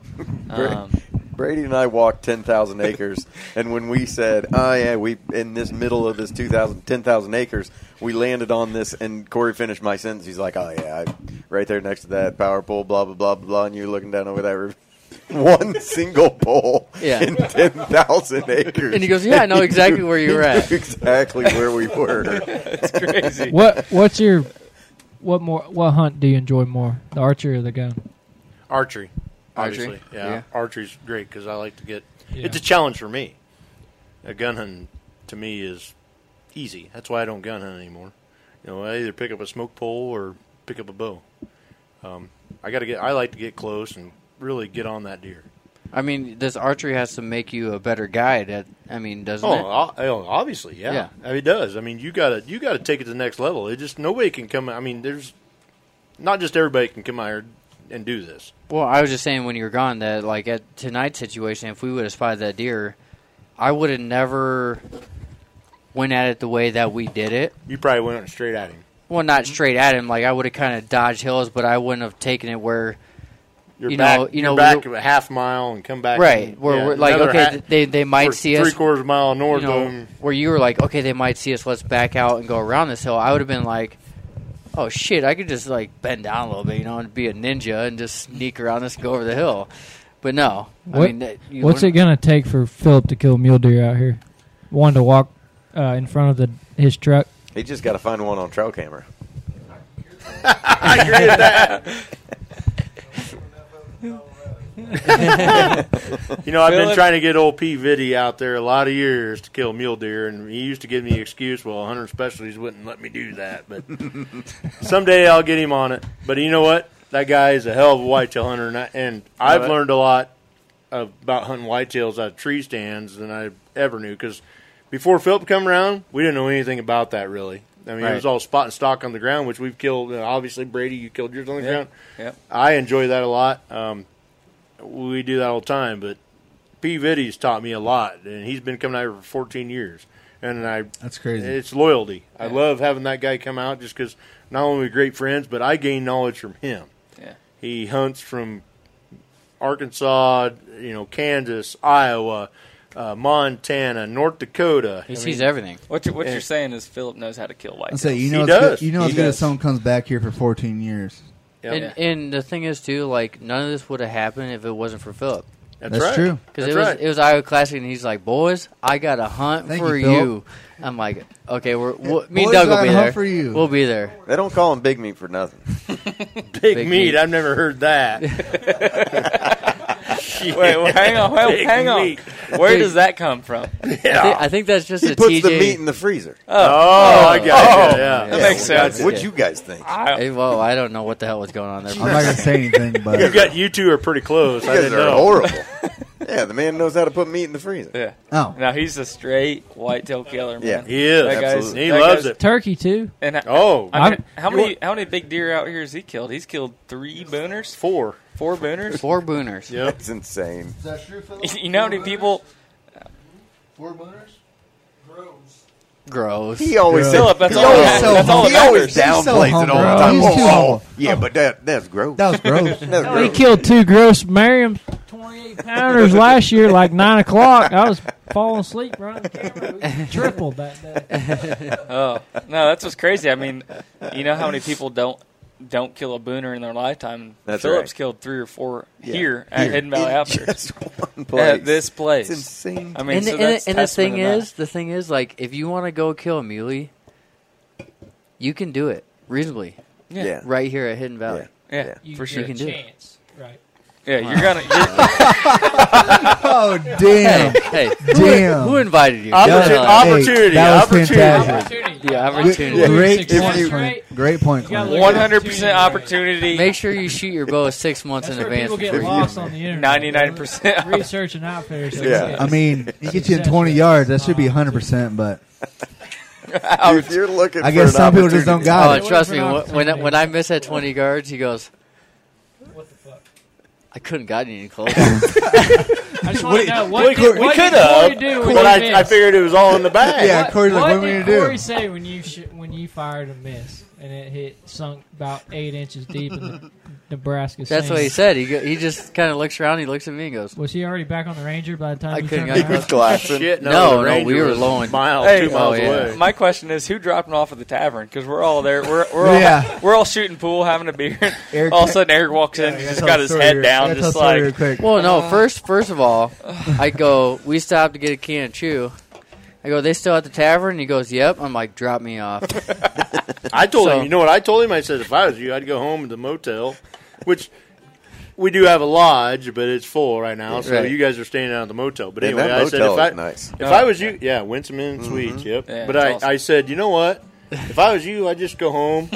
Bra-
um,
Brady and I walked 10,000 acres, and when we said, "Oh yeah, we in this middle of this 2,000 10,000 acres," we landed on this, and Corey finished my sentence. He's like, "Oh yeah, I, right there next to that power pole, blah blah blah blah," and you're looking down over that river. One single pole
Yeah.
in 10,000 acres.
And he goes, "Yeah, I know
He knew-
exactly where you
he
were at."
knew Exactly where we were.
That's crazy.
What what's your what more what hunt do you enjoy more, the archery or the gun?
Archery,
Archery?
obviously. Yeah.
Yeah.
archery's great because I like to get. It's a challenge for me. A gun hunt to me is easy. That's why I don't gun hunt anymore. You know, I either pick up a smoke pole or pick up a bow. Um, I got to get. I like to get close and really get on that deer.
I mean, this archery has to make you a better guide. At I mean, doesn't
oh,
it?
o- oh, obviously, yeah.
Yeah.
I mean, it does. I mean, you gotta you gotta take it to the next level. It just nobody can come. I mean, there's not just everybody can come out here and do this.
Well, I was just saying when you were gone that like at tonight's situation, if we would have spotted that deer, I would have never went at it the way that we did it.
You probably went straight at him. Mm-hmm.
Well, not straight at him. Like I would have kind of dodged hills, but I wouldn't have taken it where
You're
you
back,
know you
you're
know we
back
were-
a half mile and come back
right
and-
where
yeah,
we're like
another
okay
ha-
th- they they might
we're
see us
three quarters mile north
you
of
know,
'em.
where you were like okay they might see us. Let's back out and go around this hill. I would have been like. Oh shit! I could just like bend down a little bit, you know, and be a ninja and just sneak around this and go over the hill. But no, I
What-
mean, that- you
What's it
wouldn't-
gonna take for Philip to kill a mule deer out here? One to walk uh, in front of the his truck.
He just got to find one on trail camera.
I agree with that. you know, I've been
Philip-
trying to get old P. Viddy out there a lot of years to kill mule deer, and he used to give me an excuse, well, 100 specialties wouldn't let me do that, but someday I'll get him on it. But you know what? That guy is a hell of a whitetail hunter, and, I, and I've
that-
learned a lot about hunting whitetails out of tree stands than I ever knew, because before Philip come around, we didn't know anything about that, really. I mean, it was
Right.
all spot and stock on the ground, which we've killed. uh, Obviously, Brady, you killed yours on the
Yeah.
ground.
Yep.
I enjoy that a lot. Um, we do that all the time, but P. Viddy's taught me a lot, and he's been coming out here for 14 years. And I
That's crazy.
It's loyalty. I love having that guy come out just because not only are we great friends, but I gain knowledge from him.
Yeah.
He hunts from Arkansas, you know, Kansas, Iowa, uh, Montana, North Dakota. I mean-
What you're, what
Yeah.
you're saying is Philip knows how to kill white.
I say you know
He
it's good,
does.
you know
He
it's good if
does.
someone comes back here for 14 years.
And, and the thing is too, like none of this would have happened if it wasn't for Philip.
That's That's right. true.
Because
That's
it was
right.
it was Iowa Classic, and he's like, "Boys, I got a hunt
Thank
for
you,
you."
Philip.
I'm like, "Okay, we're we'll,
Boys,
me and Doug
I
will be
hunt
there.
for you."
We'll be there."
They don't call him Big Meat for nothing.
Big,
Big
meat.
meat.
I've never heard that.
Wait, wait, hang on, hang on,
Big
hang on.
meat.
Where does that come from?
Yeah.
I, think, I think that's just
He
a
puts
TJ.
the meat in the freezer.
Oh,
Oh, I got you, yeah.
That makes sense. What'd you guys think?
Hey, well, I don't know what the hell was going on there.
I'm not gonna say anything, but
you got you two are pretty close.
You
I
guys
didn't
are
know.
horrible. Yeah, the man knows how to put meat in the freezer.
Yeah.
Oh.
Now he's a straight whitetail killer, man.
Yeah, he is,
That guy's-
absolutely. He
that
loves
guy's-
it. Turkey, too.
And I-
Oh.
I mean,
I'm-
how
you
many how many big deer out here has he killed? He's killed three booners,
four,
four booners,
four booners.
Yep.
That's insane.
Is that true, Phil?
You know how many people?
Four boners?
Gross.
He always says,
Gross.
that's
He
all
always
that-
so
that's all
hum-
that
he always-
matters.
he's so
downplays it all the
humble.
time.
He's
Oh,
too
oh,
humble.
yeah, but that that's gross.
That was gross.
that's
Well, he
gross.
killed two gross Merriam 28 pounders last year, like 9 o'clock. I was falling asleep running the camera. We tripled that day.
oh no, that's what's crazy. I mean, you know how many people don't don't kill a booner in their lifetime?
That's
Phillips
right.
killed three or four
Yeah.
here at
Here.
Hidden Valley
In
Outfitters.
just one place.
At this place,
It's insane.
I mean,
and,
so
the- and
that's
the- and the
testament
thing
of that.
is, the thing is, like, if you want to go kill a muley, you can do it reasonably.
Yeah. Yeah.
Right here at Hidden Valley.
Yeah. Yeah, You for get sure. a
You can do
chance,
it.
right.
Yeah, you're gonna. You're,
oh
damn.
Hey, hey, who-
Damn.
Who, invited you?
Opportu-
Y'all-
opportunity, Hey, that was opportunity. fantastic.
Yeah,
Good-
opportunity.
great point, Clint. Great point, Clint.
One hundred percent opportunity. Make sure you shoot your bow six months in
where
advance.
people get
before you-
lost on the internet.
Ninety-nine percent
Researching outfitters. like
Yeah.
this.
I mean, he gets you in
Success
20 yards. That should be 100%, but
Dude, if you're looking,
I
for
guess
an
some people just don't
opportunity-
got it.
Oh, trust me, wh- when I- when I miss at twenty yards, he goes. I couldn't got any closer.
I just want to know what
we
did,
could-
what
we
did
could
Corey
have,
do
but
when
I-
he
I
missed?
figured it was all in the bag. Yeah, Corey's like, what am I
did
gonna do?
Corey say when you sh- when you fired a miss and it hit sunk about eight inches deep in the Nebraska?
That's
sand?
what he said. He go, he just kind of looks around. He looks at me and goes,
Was he already back on the Ranger by the time
I
you
couldn't
turned
get
around?
close. Glassing. Shit, no, No, the no, Ranger we were was low and- mile, two
oh,
miles away.
My question is, who dropped him off at the tavern? Because we're all there. We're we're
Yeah.
all we're all shooting pool, having a beer.
Eric-
all of a sudden, Eric walks in,
Yeah,
just
tell
got
the
his
story
head
real-
down,
yeah, tell
just
the story
like. Uh,
real quick.
Well,
Uh,
no. First, first of all, I go. We stopped to get a can of chew. I go. They still at the tavern. He goes, "Yep." I'm like, "Drop me off."
I told
So-
him, you know what I told him? I said, if I was you, I'd go home to the motel, which we do have a lodge, but it's full right now. So
Right.
you guys are staying out at the motel. But
Man,
anyway,
that
I said,
motel
if I,
is nice. Mm-hmm.
if
Oh,
I was you, yeah, Winsome Inn Suites, yep.
Yeah,
but
it's
I,
awesome.
I said, you know what? If I was you, I'd just go home,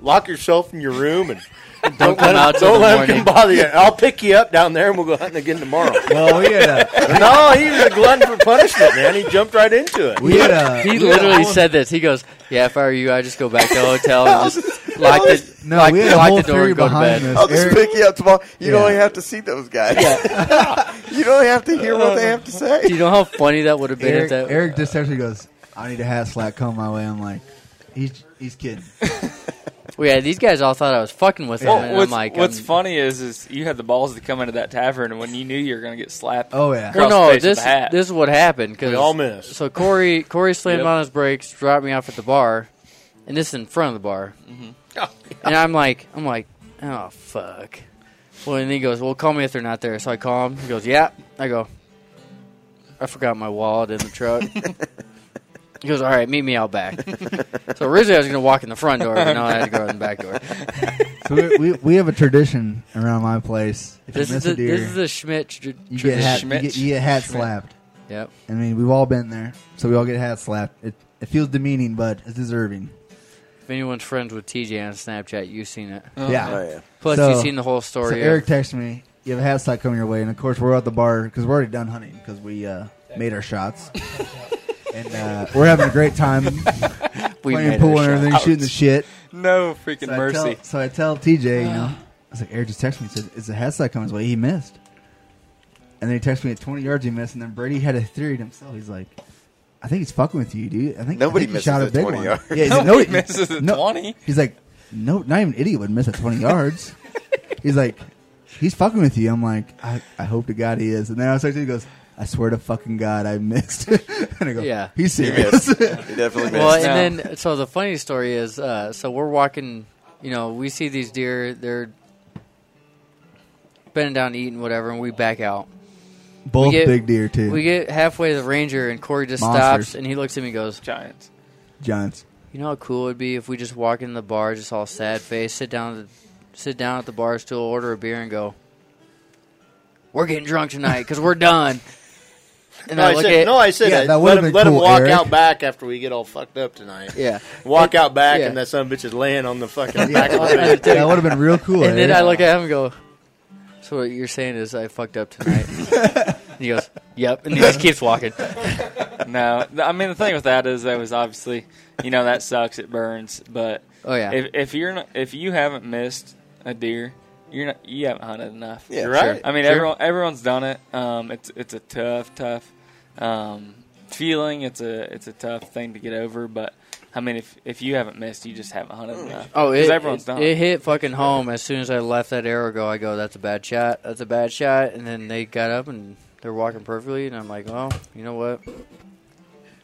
lock yourself in your room, and and don't,
come
let
out
him, don't
till the
let him come
morning.
bother you. I'll pick you up down there, and we'll go hunting again tomorrow.
Well, we had a,
no, he was a glutton for punishment, man. He jumped right into it.
We had a-
he literally said this. He goes, "Yeah, if I were you, I just go back to the hotel and just lock the
No,
lock,
we had a
lock
whole
the door
theory
and go to
behind
bed."
this.
I'll just
Eric-
pick you up tomorrow. You
Yeah.
don't have to see those guys. you don't have to hear
Uh,
what they have to say.
Do you know how funny that would have been?
Eric,
if that
Eric just actually goes, I need a hat slack coming my way. I'm like, he's, he's kidding.
Well, yeah, these guys all thought I was fucking with them,
Well,
and
what's,
I'm like,
what's
I'm-
funny is, is you had the balls to come into that tavern, and when you knew you were going to get slapped.
Oh,
Well,
across the
no,
face with
this
a hat.
this is what happened. Cause,
We all missed.
So Corey Corey slammed
Yep.
on his brakes, dropped me off at the bar, and this is in front of the bar.
Mhm.
And I'm like, I'm like, oh fuck. Well, and he goes, well, call me if they're not there. So I call him. He goes, yeah. I go, I forgot my wallet in the truck. he goes, all right, meet me out back. so originally I was gonna walk in the front door, but no, I had to go in the back door.
So we, we, we have a tradition around my place. If
This
you miss
is
a
a,
deer,
this is a Schmidt tr-
you get,
tradition.
hat, you, get, you get hat
Schmidt.
slapped.
Yep.
I mean, we've all been there, so we all get hat slapped. It, it feels demeaning, but it's deserving.
If anyone's friends with TJ on Snapchat, you've seen it.
yeah.
Oh,
Oh,
Plus,
So-
you've seen the whole story.
So Eric texted me, "You have a hat slack coming your way," and of course we're at the bar because we're already done hunting because we uh, made our shots, and uh, we're having a great time
We
playing
made
pool
our
and everything,
shots.
shooting the shit.
No freaking
So I
mercy.
tell- so I tell TJ, you know, I was like, "Eric just texted me, said is the hat slack coming his way?" He missed, and then he texted me at twenty yards he missed, and then Brady had a theory to himself. He's like. I think he's fucking with you, dude. I think
Nobody
I think he
misses
shot a
at
big
20
one.
yards.
Yeah, he's like,
Nobody
"No,
misses at
no."
20.
He's like, no, not even an idiot would miss at 20 yards. He's like, he's fucking with you. I'm like, I, I hope to God he is. And then I was like, he goes, I swear to fucking God, I missed. and I go,
Yeah.
he's
He
serious.
missed. Well,
No.
and then so the funny story is, uh, so we're walking. You know, we see these deer. They're bending down, eating whatever, and we back out. We
Both big deer, too.
We get halfway to the ranger, and Corey just
Monsters.
stops, and he looks at me, and goes, "Giants."
Giants.
You know how cool it'd be if we just walk in the bar, just all sad face, sit down, at the, sit down at the bar stool, order a beer, and go. We're getting drunk tonight because we're done. And
no, I,
look
said,
at-
no, I said that. let him, let him walk out back after we get all fucked up tonight.
Yeah.
Walk out back,
Yeah.
and that son of a bitch is laying on the fucking back of the
That
That would have been real cool. eh?
And then
Eric.
I look at him and go, "So what you're saying is I fucked up tonight?" He goes, "Yep," and he just keeps walking.
no, th- I mean the thing with that is that was obviously, you know, that sucks. It burns, but
Oh, yeah.
if, if you're not, if you haven't missed a deer, you're not you haven't hunted enough.
Yeah, You're right. sure,
I mean,
sure.
everyone everyone's done it. Um, it's it's a tough, tough um, feeling. It's a it's a tough thing to get over, but. I mean, if, if you haven't missed, you just haven't hunted
Mm.
enough.
Oh,
'Cause
it,
everyone's
it-
done
it hit fucking home as soon as I left that arrow go. I go, that's a bad shot. That's a bad shot. And then they got up and they're walking perfectly, and I'm like, well, you know what?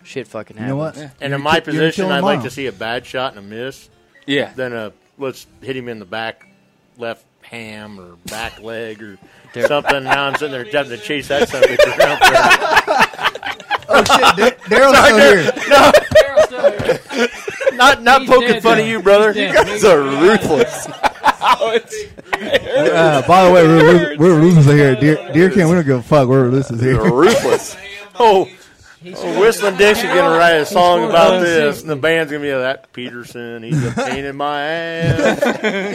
Shit fucking
You
happens.
know what?
And in my position, I'd like to
see.
see a bad shot and a miss.
Yeah.
Then a let's hit him in the back left ham or back leg or
There-
something. Now I'm sitting there having to chase that son of a bitch around for-
Oh, shit, Dar- Daryl's
Sorry,
still
Dar-
here.
No.
Daryl's still here.
Not not
He's
poking
dead,
fun at
Darryl.
you, brother.
He's
You
dead.
guys are ruthless.
Uh, by the way, we're, we're, we're ruthless here. at Deer, Deer Camp, we don't give a fuck. We're ruthless here.
ruthless. Oh, oh, Whistling Dick's gonna write a song about this, and the band's gonna be like, that Peterson. He's a pain in my ass.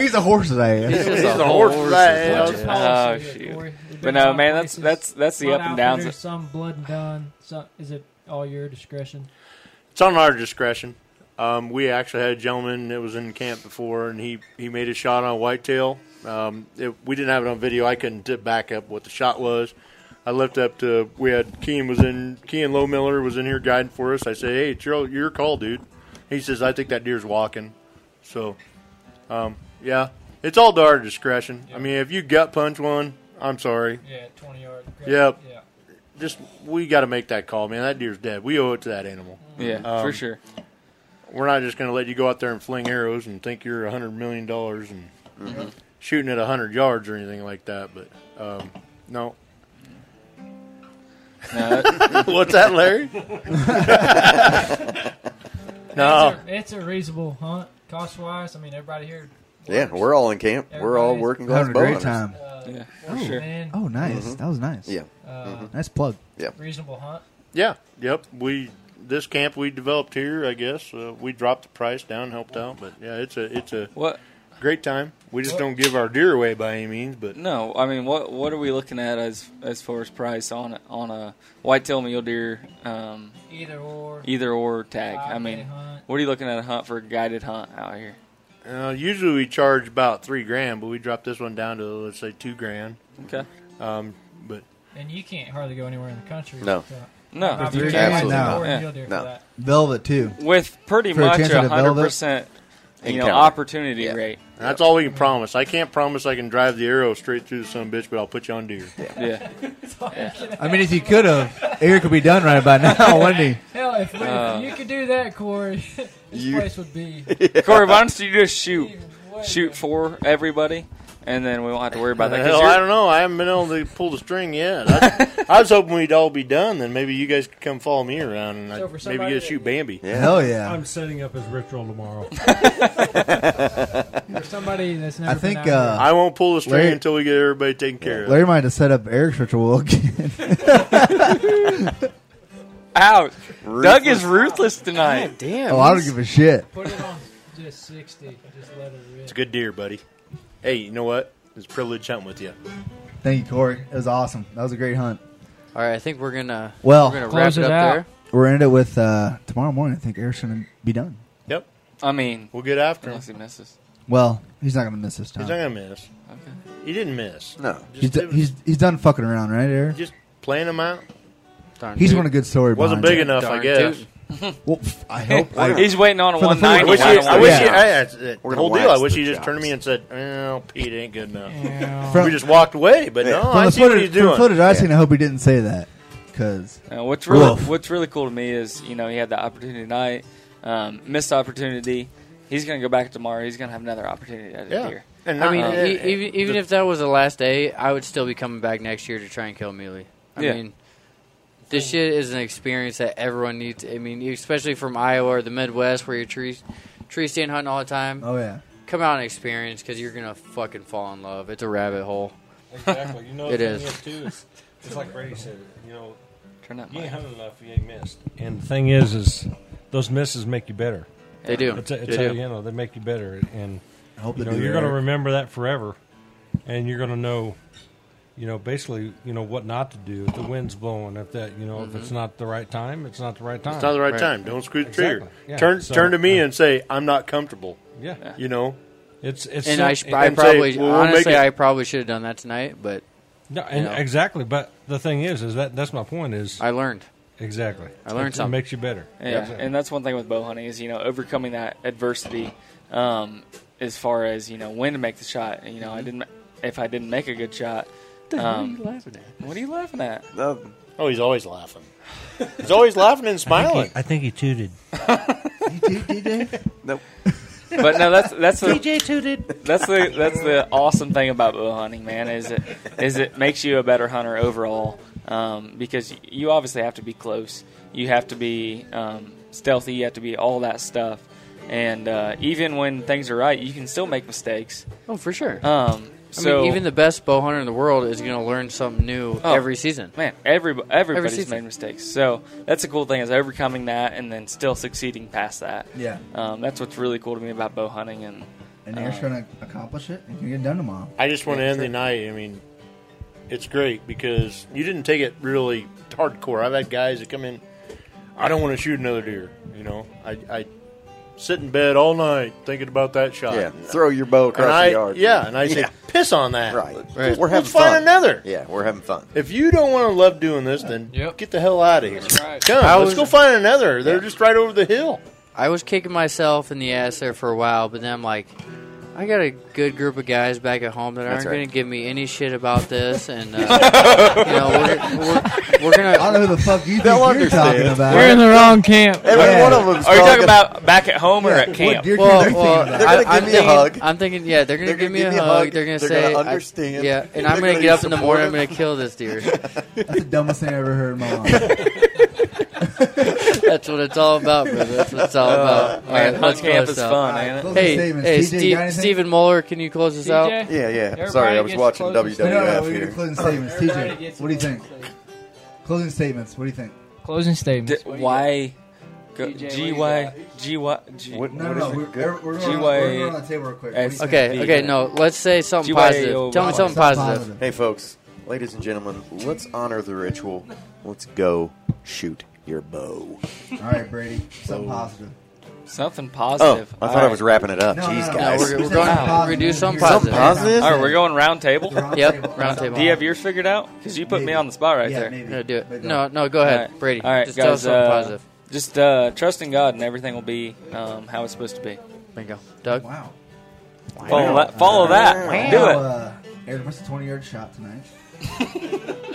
He's a horse's ass.
He's,
He's
a
a
horse's ass. Uh,
horse's
Oh
ass.
shoot! But no, man, that's that's that's the
Blood
up and downs.
Outfitters, Some blood and done. Some, is it all your discretion?
It's on our discretion. Um, we actually had a gentleman that was in camp before, and he, he made a shot on a whitetail. Um, it, we didn't have it on video. I couldn't dip back up what the shot was. I left up to we had Keen was in Keen Lowmiller was in here guiding for us. I said, "Hey, it's your, your call, dude." He says, "I think that deer's walking." So, um, yeah, it's all to our discretion. I mean, if you gut punch one, I'm sorry.
Yeah, twenty yard.
Yep. Yeah. Just we got to make that call, man. That deer's dead. We owe it to that
Mm.
animal.
Yeah, for sure.
Um, We're not just going to let you go out there and fling arrows and think you're a hundred million dollars and
Mhm.
shooting at a hundred yards or anything like that. But um, no.
No.
What's that, Larry? no.
It's a, it's a reasonable hunt, cost wise. I mean, everybody here.
Yeah, we're all in camp. We're all
Everybody's-
working class
Having a great
bowhunters.
time.
yeah,
Oh,
sure. man.
oh, nice.
Mhm.
That was nice.
Yeah.
Uh,
Mm-hmm.
Nice plug.
Yeah.
Reasonable hunt.
Yeah. Yep. We this camp we developed here. I guess uh, we dropped the price down, helped out. But yeah, it's a it's a
what
great time. We just don't give our deer away by any means. But
No, I mean, what what are we looking at as as far as price on on a whitetail mule deer? Um,
either or.
Either or tag. I
Five-day
mean,
hunt.
what are you looking at a hunt for a guided hunt out here?
Uh, usually we charge about three grand, but we dropped this one down to let's say two grand.
Okay.
Um, but
And you can't hardly go anywhere in the country. uh,
No.
without-
No.
without
Absolutely
being able to
not.
afford a
Yeah.
mule deer for
No.
that.
Velvet, too.
With pretty
For a
much
chance
a
at a
hundred
velvet?
percent,
And
you know,
counter.
opportunity rate.
that's all we can promise. I can't promise I can drive the arrow straight through some bitch, but I'll put you on deer.
Yeah.
I mean, if you could have, Eric would be done right about now, wouldn't he?
Hell, if, we,
Uh,
if you could do that, Corey, this
you-
place would be.
Corey, why don't you just shoot shoot for everybody, and then we won't have to worry about that. 'cause
Hell,
you're-
I don't know. I haven't been able to pull the string yet. I, I was hoping we'd all be done, then maybe you guys could come follow me around and
So
I'd
for
maybe
somebody
get to
that-
shoot Bambi.
I'm setting up his ritual tomorrow.
For somebody that's never
I
been
think,
out here.
uh,
I won't pull the string
Larry-
until we get everybody taken care of.
Larry might have set up Eric's ritual again.
Ouch. Doug is ruthless tonight.
damn.
oh, I don't give a shit.
Put it on just 60. Just let it rip.
It's a good deer, buddy. Hey, you know what? It's a privilege hunting with you.
Thank you, Corey. It was awesome. That was a great hunt.
All right, I think we're gonna
Well,
we're gonna wrap it up there.
We're gonna end it with uh, tomorrow morning. I think Eric's gonna be done.
Yep.
I mean,
we'll get after
unless him. he misses.
Well, he's not gonna miss this
He's
time.
not gonna miss. He didn't miss. No.
He's d- he's, he's done fucking around, right, Eric?
Just playing him out.
He's tootin'. run a good story
Wasn't
behind
big
it.
enough,
Darn
I guess.
Well, pff, I hope- I-
He's waiting on a
For the
one
I
ninety.
wish he, I wish he, I, that's it.
We're
the
gonna
whole deal. I
wax
wish
the
he just
chops.
turned to me and said, "Well, Pete ain't good enough."
From-
we just walked away, but no,
from
I
the
see what
footage-
he's
from the
doing.
footage I seen, I hope he didn't say that because
Uh, what's really what's really cool to me is you know he had the opportunity tonight, um, missed opportunity. He's gonna go back tomorrow. He's gonna have another opportunity at
Yeah.
a deer.
And
I mean,
Um,
e- even, even if that was the last day, I would still be coming back next year to try and kill Muley. I
Yeah.
mean, this shit is an experience that everyone needs. I mean, especially from Iowa or the Midwest where you're tree, tree stand hunting all the time.
Oh, yeah.
Come out and experience because you're going to fucking fall in love. It's a rabbit hole.
Exactly. You know,
it
the thing
is.
is, too. is It's like Brady said. You know,
Turn that
you ain't hunting enough, you ain't missed. And the thing is, is those misses make you better.
They do.
It's a, it's
They
a-
do.
You know, they make you better, and
I hope
you
they
know,
do,
you're going to
Eric.
remember that forever, and you're going to know you know, basically, you know, what not to do if the wind's blowing, if that, you know, if it's
Mhm.
not the right time, it's not the right time.
It's not the right, time. Don't screw the trigger.
Exactly. Yeah.
Turn
So,
turn to me
uh,
and say I'm not comfortable.
Yeah.
you know.
It's
and I, sh- I
and say,
probably
"Well, we'll make
honestly
it."
I probably should have done that tonight, but
No, and
you know,
exactly. But the thing is, is that that's my point. Is
I learned
exactly.
I learned
It-
something.
It makes you better.
Yeah,
Exactly.
and that's one thing with bow hunting is you know overcoming that adversity, um, as far as you know when to make the shot. You know, I
Mm-hmm.
didn't if I didn't make a good shot.
The hell are you
laughing at? What are you laughing at?
Oh, he's always laughing. He's always laughing and smiling.
I think he tooted.
Nope.
but no, that's that's the
DJ tooted.
That's the that's the awesome thing about bow hunting, man. Is it is it makes you a better hunter overall um, because you obviously have to be close, you have to be um, stealthy, you have to be all that stuff, and uh, even when things are right, you can still make mistakes.
Oh, for sure.
Um,
I
so
mean, even the best bow hunter in the world is going to learn something new
Oh,
every season.
Man, every everybody's
season.
made mistakes. So that's the cool thing is overcoming that and then still succeeding past that.
Yeah.
um, that's what's really cool to me about bow hunting and.
And you're
um,
trying to accomplish it, and you get it done tomorrow.
I just want to end the night. I mean, it's great because you didn't take it really hardcore. I've had guys that come in, I don't want to shoot another deer. You know, I, I sit in bed all night thinking about that shot.
Yeah, throw your bow across
And I-
the yard.
Yeah, and I say,
Yeah.
piss on that.
Right.
Let's-
Right.
Let's,
We're having
find
fun.
another.
Yeah, we're having fun.
If you don't want to love doing this, then get the hell out of here.
right.
Come,
I
let's
was-
go find another. They're just right over the hill.
I was kicking myself in the ass there for a while, but then I'm like, I got a good group of guys back at home that
That's
aren't
right.
going to give me any shit about this, and uh, you know, we're, we're, we're gonna.
I don't know who the fuck you think you're talking about.
We're in the wrong camp.
Every one of
Are you talking about back at home or at camp?
Well, well, I- I'm thinking-
hug.
I'm thinking, yeah, they're gonna
They're
give
gonna
me
give
a
me a
hug.
hug.
They're gonna
They're
say,
gonna
I-
understand.
yeah, and
They're
I'm gonna
gonna
get up
be
in the morning. I'm gonna
supportive.
kill this deer.
That's the dumbest thing I ever heard in my life.
That's what it's all about, brother. That's what it's all
Uh, man,
about. all right,
hunt
let's close
camp
this
is
out.
fun, ain't it? Closing
Hey,
statements. TJ,
hey,
you got
Steve,
anything?
Stephen Muller, can you close this out?
Yeah, yeah. Sorry, I was watching WWF
No, no, no, we
here.
get closing statements. TJ, what do you think? Closing statements. What do you think?
Closing statements.
why? Go,
DJ,
G
what
Y G Y G.
What- No, what no, is it? we're- Go- we're- we're
G
on-
Y
we're on the table real quick. What do you think?
Okay, okay, no, let's say something positive. Tell me something positive.
Hey, folks, ladies and gentlemen, let's honor the ritual. Let's go shoot your bow.
All right, Brady. Something positive.
Something positive.
Oh, I thought I was wrapping it up.
No,
Jeez,
no, no,
guys.
we're- we're going-
Wow. we're doing something
Something positive?
All right, we're going round table.
Yep, round table.
Do you have yours figured out? Because you put me on the spot right
Yeah,
there.
maybe. No, do it. Maybe. No, no, go ahead,
All right.
Brady.
All right,
Just
guys.
tell us something
uh,
positive.
Just uh, trust in God, and everything will be um, how it's supposed to be.
Bingo, Doug.
Wow.
Follow that. Follow that. Do it.
Uh, Aaron, what's the 20 yard shot tonight?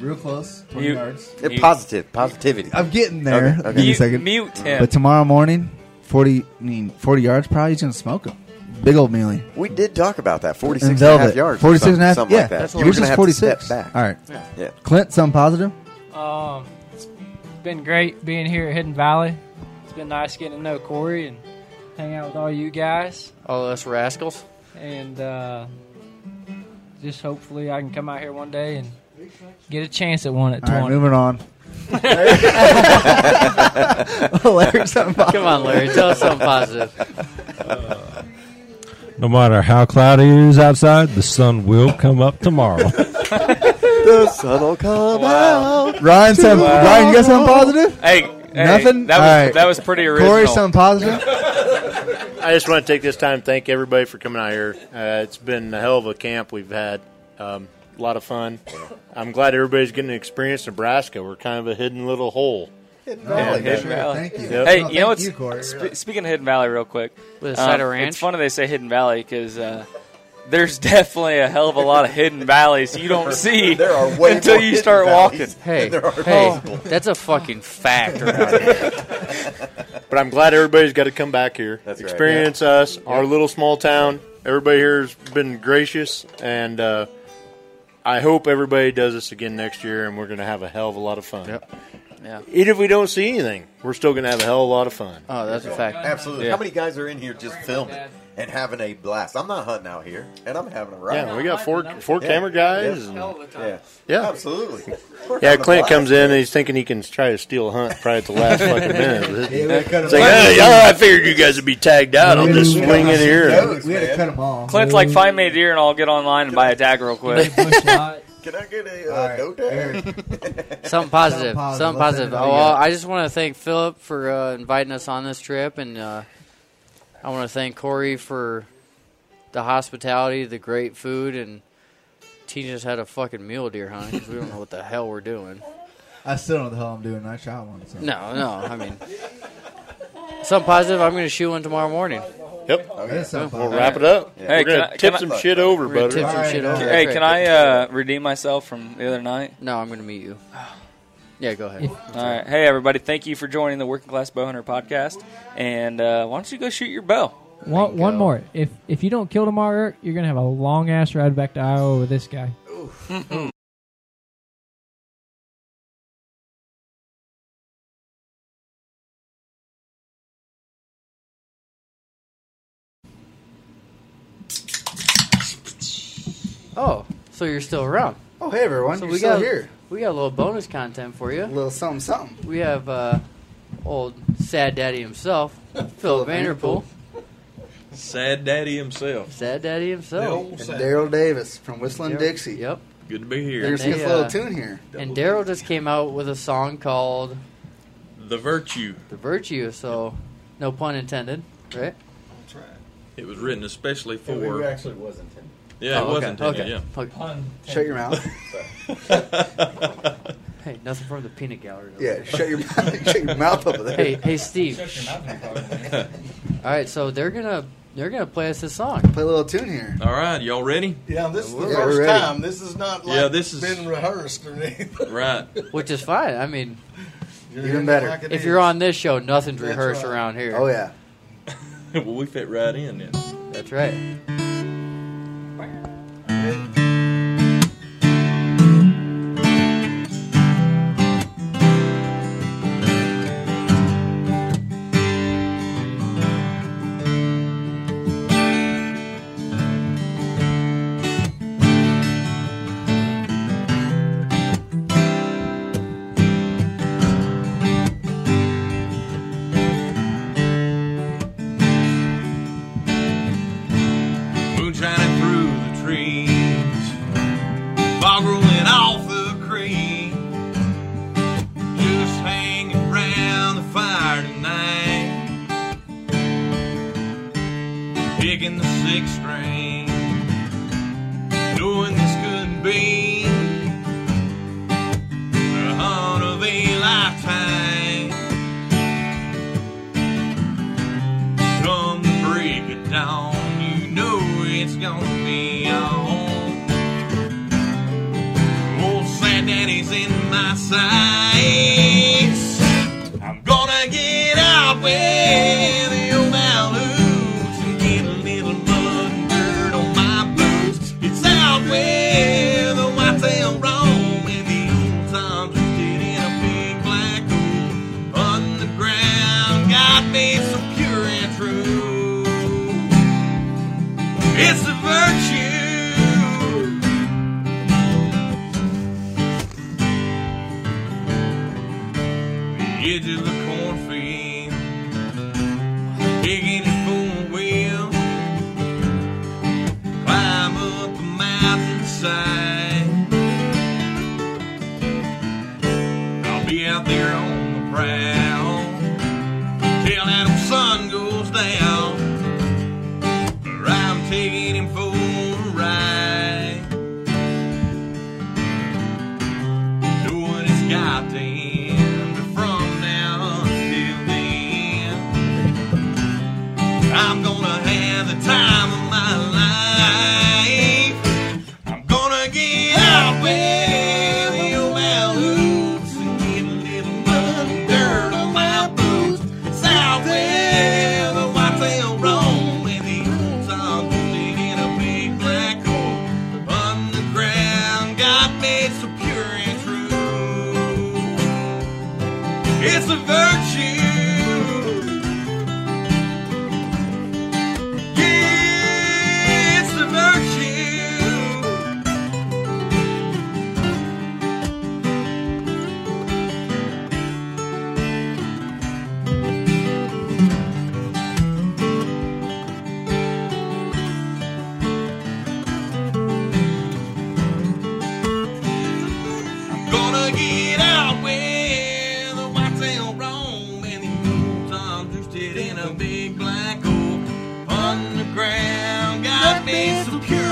Real close. 20
You-
yards.
They're positive. Positivity.
I'm getting there.
Okay,
I'll
okay.
give you a second. But tomorrow morning, 40, I mean, 40 yards probably, he's going to smoke him. Big old mealy.
We did talk about that. 46
In
and a half
velvet.
yards.
46 and a half?
Something
yeah.
like that.
Yours
were
is
gonna have to step
46.
back.
All right.
Yeah.
Clint, something positive?
Um, it's been great being here at Hidden Valley. It's been nice getting to know Corey and hang out with all you guys.
All us rascals.
And uh, just hopefully I can come out here one day and get a chance at one at
All
20.
right, moving on.
Larry, something positive.
Come on, Larry, tell us something positive.
No matter how cloudy it is outside, the sun will come up tomorrow.
the sun will come out.
Ryan, something,
tomorrow.
Ryan, you got something positive?
Hey, hey,
Nothing?
that was-
All right.
that was pretty
Corey,
original.
something positive?
I just want to take this time to thank everybody for coming out here. Uh, it's been a hell of a camp we've had. Um, a lot of fun. I'm glad everybody's getting to experience Nebraska. We're kind of a hidden little hole.
Hidden
Valley,
Yeah.
Hidden Valley.
Yep.
Hey, you know what's
you, Corey,
spe-
really.
speaking of Hidden Valley, real quick. um,
With a side of ranch?
It's funny they say Hidden Valley because uh, there's definitely a hell of a lot of hidden valleys you don't see
There are way
until
more
you
hidden
start walking.
valleys Hey, than there are hey, people. that's a fucking fact around
but I'm glad everybody's got to come back here,
That's right.
experience us, our little small town. Everybody here's been gracious, and uh, I hope everybody does this again next year, and we're going to have a hell of a lot of fun.
Yeah.
Even if we don't see anything, we're still going to have a hell of a lot of fun.
Oh, that's a fact.
Absolutely.
Yeah.
How many guys are in here just filming and having a blast? I'm not hunting out here, and I'm having a ride.
Yeah, we got four four
Yeah.
camera guys.
Yeah.
and-
yeah.
Yeah.
absolutely. We're
Yeah,
having a
Clint
blast.
comes in and he's thinking he can try to steal a hunt probably at the last fucking minute.
Yeah, we cut
It's
him
like,
off.
hey, yeah, I figured you guys would be tagged out. I'll just swing it here.
We had to cut them all.
Clint's like, find me a deer and I'll get online and buy a tag real quick.
Can I get a uh, note there?
Something positive.
Something positive.
Something
Let's
positive.
end it on
Oh, well,
that.
I just want to thank Philip for uh, inviting us on this trip, and uh, I want to thank Corey for the hospitality, the great food, and teaching us how to fucking mule deer hunt 'cause we don't know what the hell we're doing.
I still don't know what the hell I'm doing. I shot one. So.
No, no. I mean, something positive. I'm going to shoot one tomorrow morning.
Yep.
That's Oh, something
We'll
positive.
wrap it up.
Yeah.
We're
Hey,
going
can I-
to
can
tip
I-
some shit over,
We're gonna
buddy.
tip some shit over.
Hey, can I uh, redeem myself from the other night?
No, I'm going to meet you. Yeah, go ahead.
All right. Hey, everybody. Thank you for joining the Working Class Bowhunter podcast. And uh, why don't you go shoot your bow?
One, one more. If if you don't kill tomorrow, Eric, you're gonna have a long ass ride back to Iowa with this guy.
Oh, so you're still around?
Oh, hey, everyone.
So
You're
we
still
got
here.
We got a little bonus content for you. A
little something, something.
We have uh, old sad daddy himself, Phil Vanderpool.
Sad Daddy himself.
Sad Daddy himself.
And Daryl Davis from Whistling
Daryl-
Dixie.
Yep.
Good to be here.
There's
And
his
they,
little
uh,
tune here.
And Daryl just came out with a song called
The Virtue.
"The Virtue," so no pun intended, right?
It was written especially for.
It actually was intended.
Yeah, it
Oh,
was
okay,
intended.
okay.
Yeah.
Okay.
Shut your mouth.
hey, nothing from the peanut gallery. over
Yeah,
there.
shut your mouth- shut your mouth over there.
Hey, hey, Steve.
Shut your mouth when
All right, so they're gonna they're gonna play us this song.
Play a little tune here.
All right, y'all ready?
Yeah, this is the
Yeah, we're
first
ready.
time. This is not like
Yeah, this is-
been rehearsed or anything.
Right.
Which is fine. I mean,
You're Even hearing it better. like it
if
is.
you're on this show, nothing's
That's
rehearsed
right.
around here.
Oh, yeah.
well, we fit right in then.
That's right.
moonshining through the trees, fog rolling off the creek. Just hanging round the fire tonight, picking the six string, knowing this could be the hunt of a lifetime. Come the break of dawn, you know it's gonna be on. Old sad daddy's in my sights. I'm gonna get out with the old Maloose and get a little mud and dirt on my boots. It's out with the whitetail roam and the old times we did in a big black hole on the ground. God made so pure and true. It's a virtue. the edge of the cornfield, digging his four wheel, climb up the mountainside. I'll be out there on the prowl till that old sun goes down. Or I'm taking him for a ride, doing his goddamn from now until then. I'm gonna have the time of my life. I'm gonna get out with the old Maloots and get a little mud and dirt on my boots. South where the whitetail roam and the old song in a big black hole on the ground. God made so pure and true. it in a big black hole. Underground got me so pure.